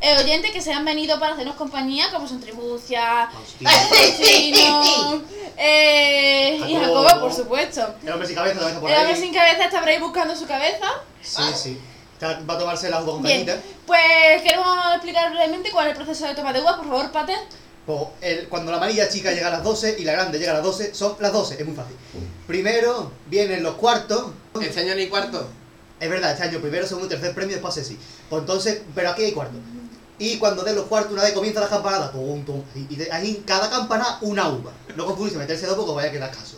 J: eh, oyentes que se han venido para hacernos compañía, como son Tribucia, Faustino, eh, y
E: Jacobo.
J: Jacobo, por supuesto. Eh,
E: El hombre sin cabeza, la cabeza por
J: El hombre
E: ahí.
J: sin cabeza está por ahí buscando su cabeza.
E: Sí, sí. Está- Va a tomarse la uva con
J: Bien,
E: cañita.
J: pues queremos explicar brevemente cuál es el proceso de toma de uvas, por favor, Pater.
E: Pues, el- cuando la amarilla chica llega a las 12 y la grande llega a las 12, son las 12, es muy fácil. Primero vienen los cuartos.
I: Este año no hay cuarto.
E: Es verdad, este año primero, segundo, tercer premio, después sí. Pues entonces, pero aquí hay cuarto. Y cuando den los cuartos, una vez comienza la campanada, pum, pum, y de ahí en cada campana una uva. No confundirse, meterse dos porque vaya a quedar caso.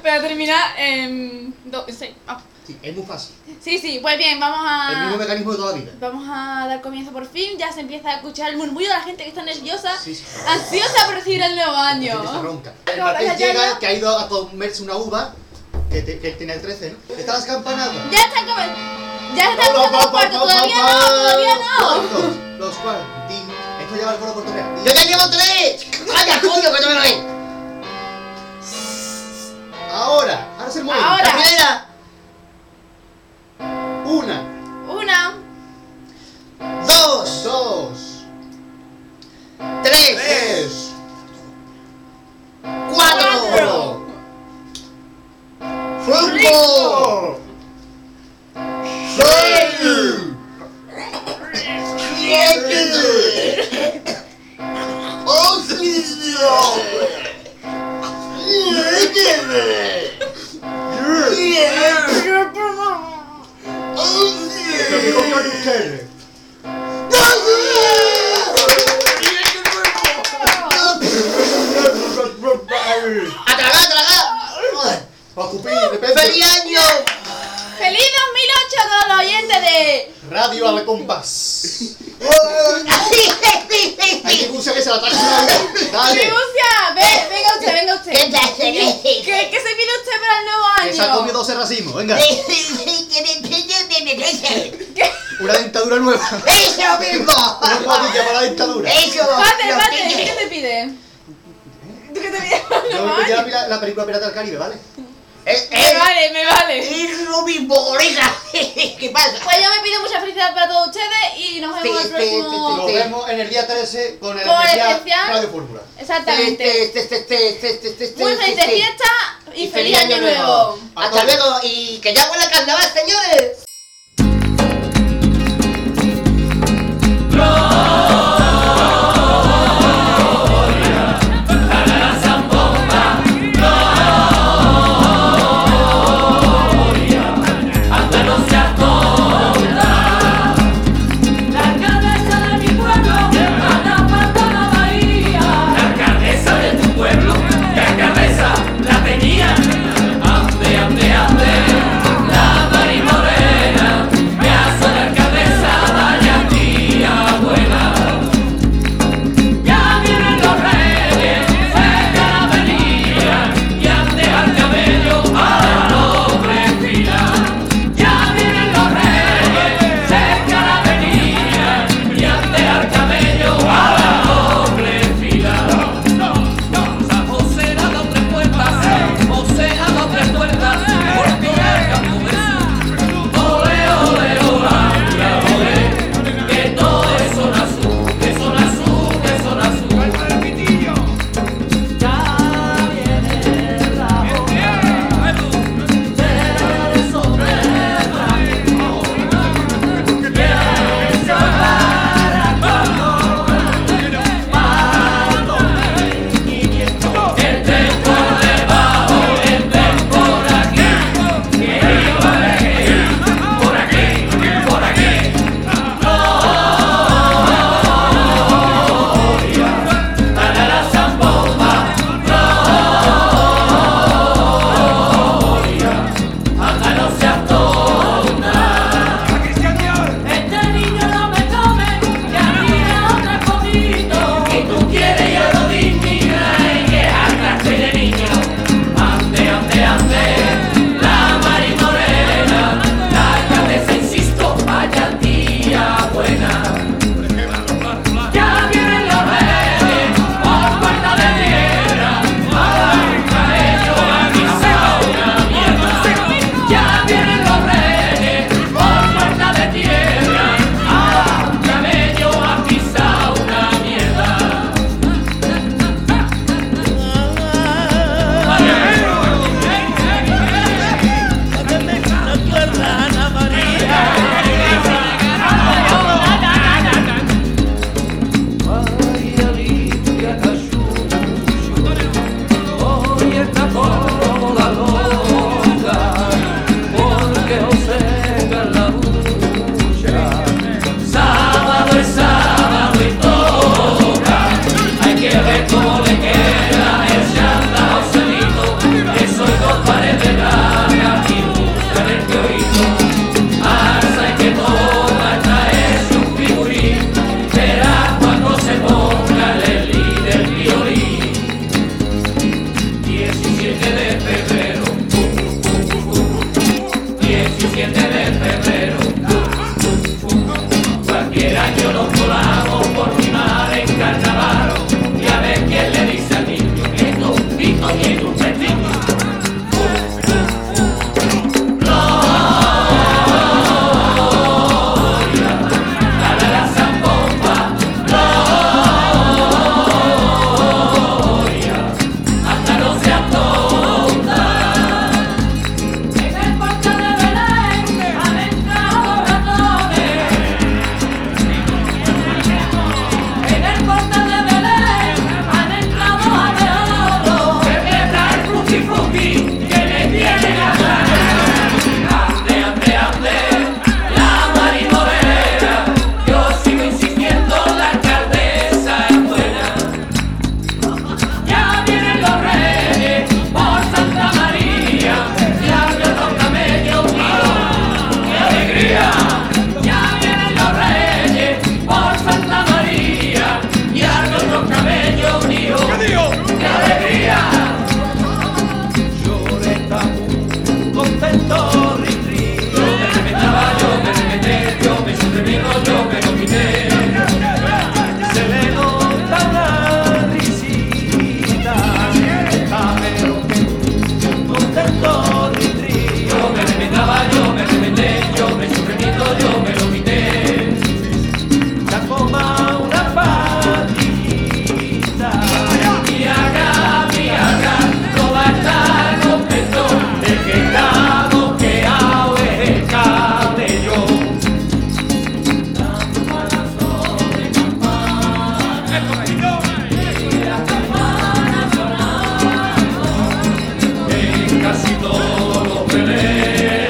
J: Pero termina en... do- sí, ah.
E: Sí, es muy fácil.
J: sí, sí, pues bien, vamos a...
E: El mismo mecanismo de toda la vida.
J: Vamos a dar comienzo por fin, ya se empieza a escuchar el murmullo de la gente que está nerviosa,
E: Sí, sí.
J: ansiosa por recibir el nuevo
E: La gente está
J: año.
E: ronca. El
J: No,
E: Martín
J: vaya, ya,
E: llega,
J: ya.
E: que ha ido a comerse una uva, que, te- que tiene el 13, ¿no? Están las campanadas.
J: Ya están como... Ya están como los cuartos, Ah. todavía no, todavía no.
E: Los- Los cuartín. Esto lleva el coro por torreal.
B: Yo ya llevo tres. Vaya coño, que no me lo ven.
E: Ahora, ahora es el momento.
J: Ahora.
E: La primera. Una,
J: Una,
B: Dos,
E: dos,
B: tres,
E: tres, ¡Ocho! ¡Seis! ¡Siete! ¡Ocho! ¡Nueve! ¡Diez! ¡Once!
P: ¡A tragar, a tragar!
E: Ocupé de repente.
P: ¡Feliz año!
G: ¡Feliz 2008 a todos los oyentes de...
E: Radio al compás. Hay que escuchar que se la ataque una vez. Dale.
G: ¡Tribucia! ve- venga usted, venga usted.
E: ¿Qué tal, señor?
G: ¿Qué, qué se pide usted para el nuevo año?
E: Que se ha comido 12 racimos. Venga. Una dentadura nueva.
G: ¡Eso mismo!
E: Una cuadrilla para la dentadura.
G: Padre, padre, ¿qué te piden? ¿Tú qué te pides para el
E: Yo
G: nuevo
E: voy a
G: año?
E: pillar la, la película Pirata del Caribe, ¿vale?
G: Me vale, me vale.
E: Es lo mismo, colega. ¿Qué pasa?
G: Pues yo me pido mucha felicidad para todos ustedes y nos vemos el próximo...
E: Nos vemos en el día 13 con el
G: Con el
E: especial
G: especial.
E: Radio Fórmula.
G: Exactamente.
B: Este,
G: Muy feliz de fiesta y feliz año nuevo.
B: Hasta luego y que ya vuela carnaval, señores.
C: hasta no se atonda. La cabeza de mi pueblo, la pata la bahía. La cabeza de tu pueblo, la cabeza la tenía. Ande, ande, ande, la bahía. Este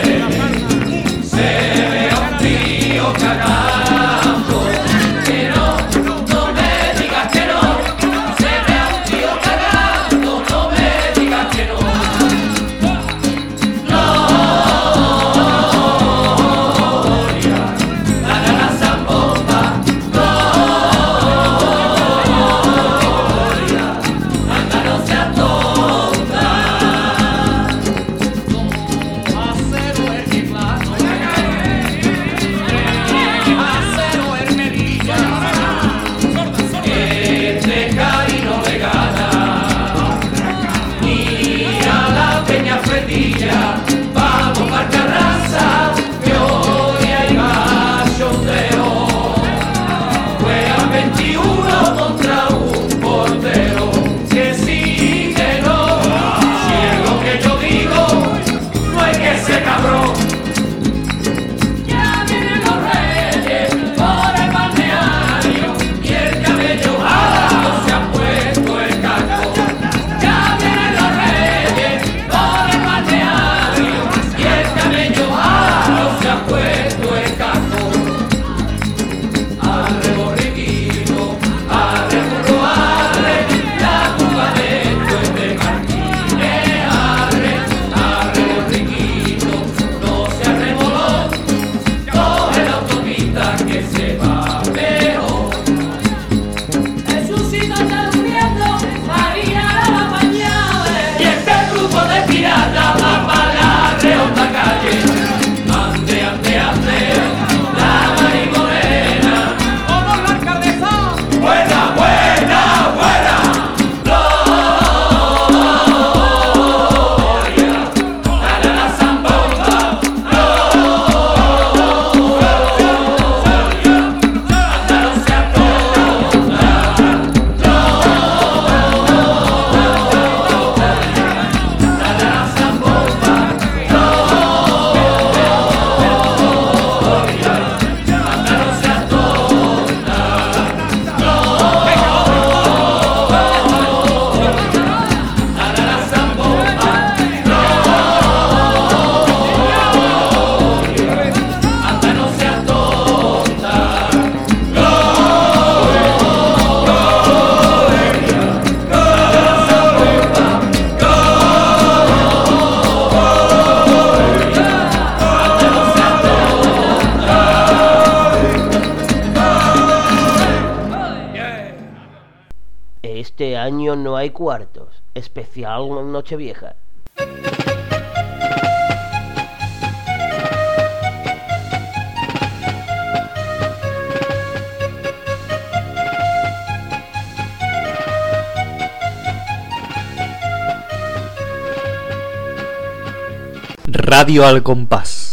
C: Se ve a un tío cagando. Que no, no me digas que no. Se ve a un tío cagando. No me digas que no. Gloria, la gala zambomba. Gloria, anda no sea tonta. Acero hermano, acero hermelillo, este cari no le gana, ni a la peña fretilla, vamos para Carranza, que hoy hay más chondeo, juegan 21 contra un portero, que sí, que no, si es lo que yo digo, no hay que ser cabrón. Ya vienen los reyes por el balneario y el cabello jalado se ha puesto el caco. Ya vienen los reyes por el balneario y el cabello jalado se ha puesto el caco. Arre borriquito, arre burro, arre, la culpa de esto es de Martínez, arre. Arre borriquito, no se arreboló, coge la autopista que se va mejor. Jesucito está durmiendo, María la mañana. Y este grupo de piratas va para la redonda calle. Ande, ande, ande, la marimorena. ¡Vamos la cabeza! ¡Buena, buena, buena!
B: Este año no hay cuartos. Especial Nochevieja.
A: Radio al compás.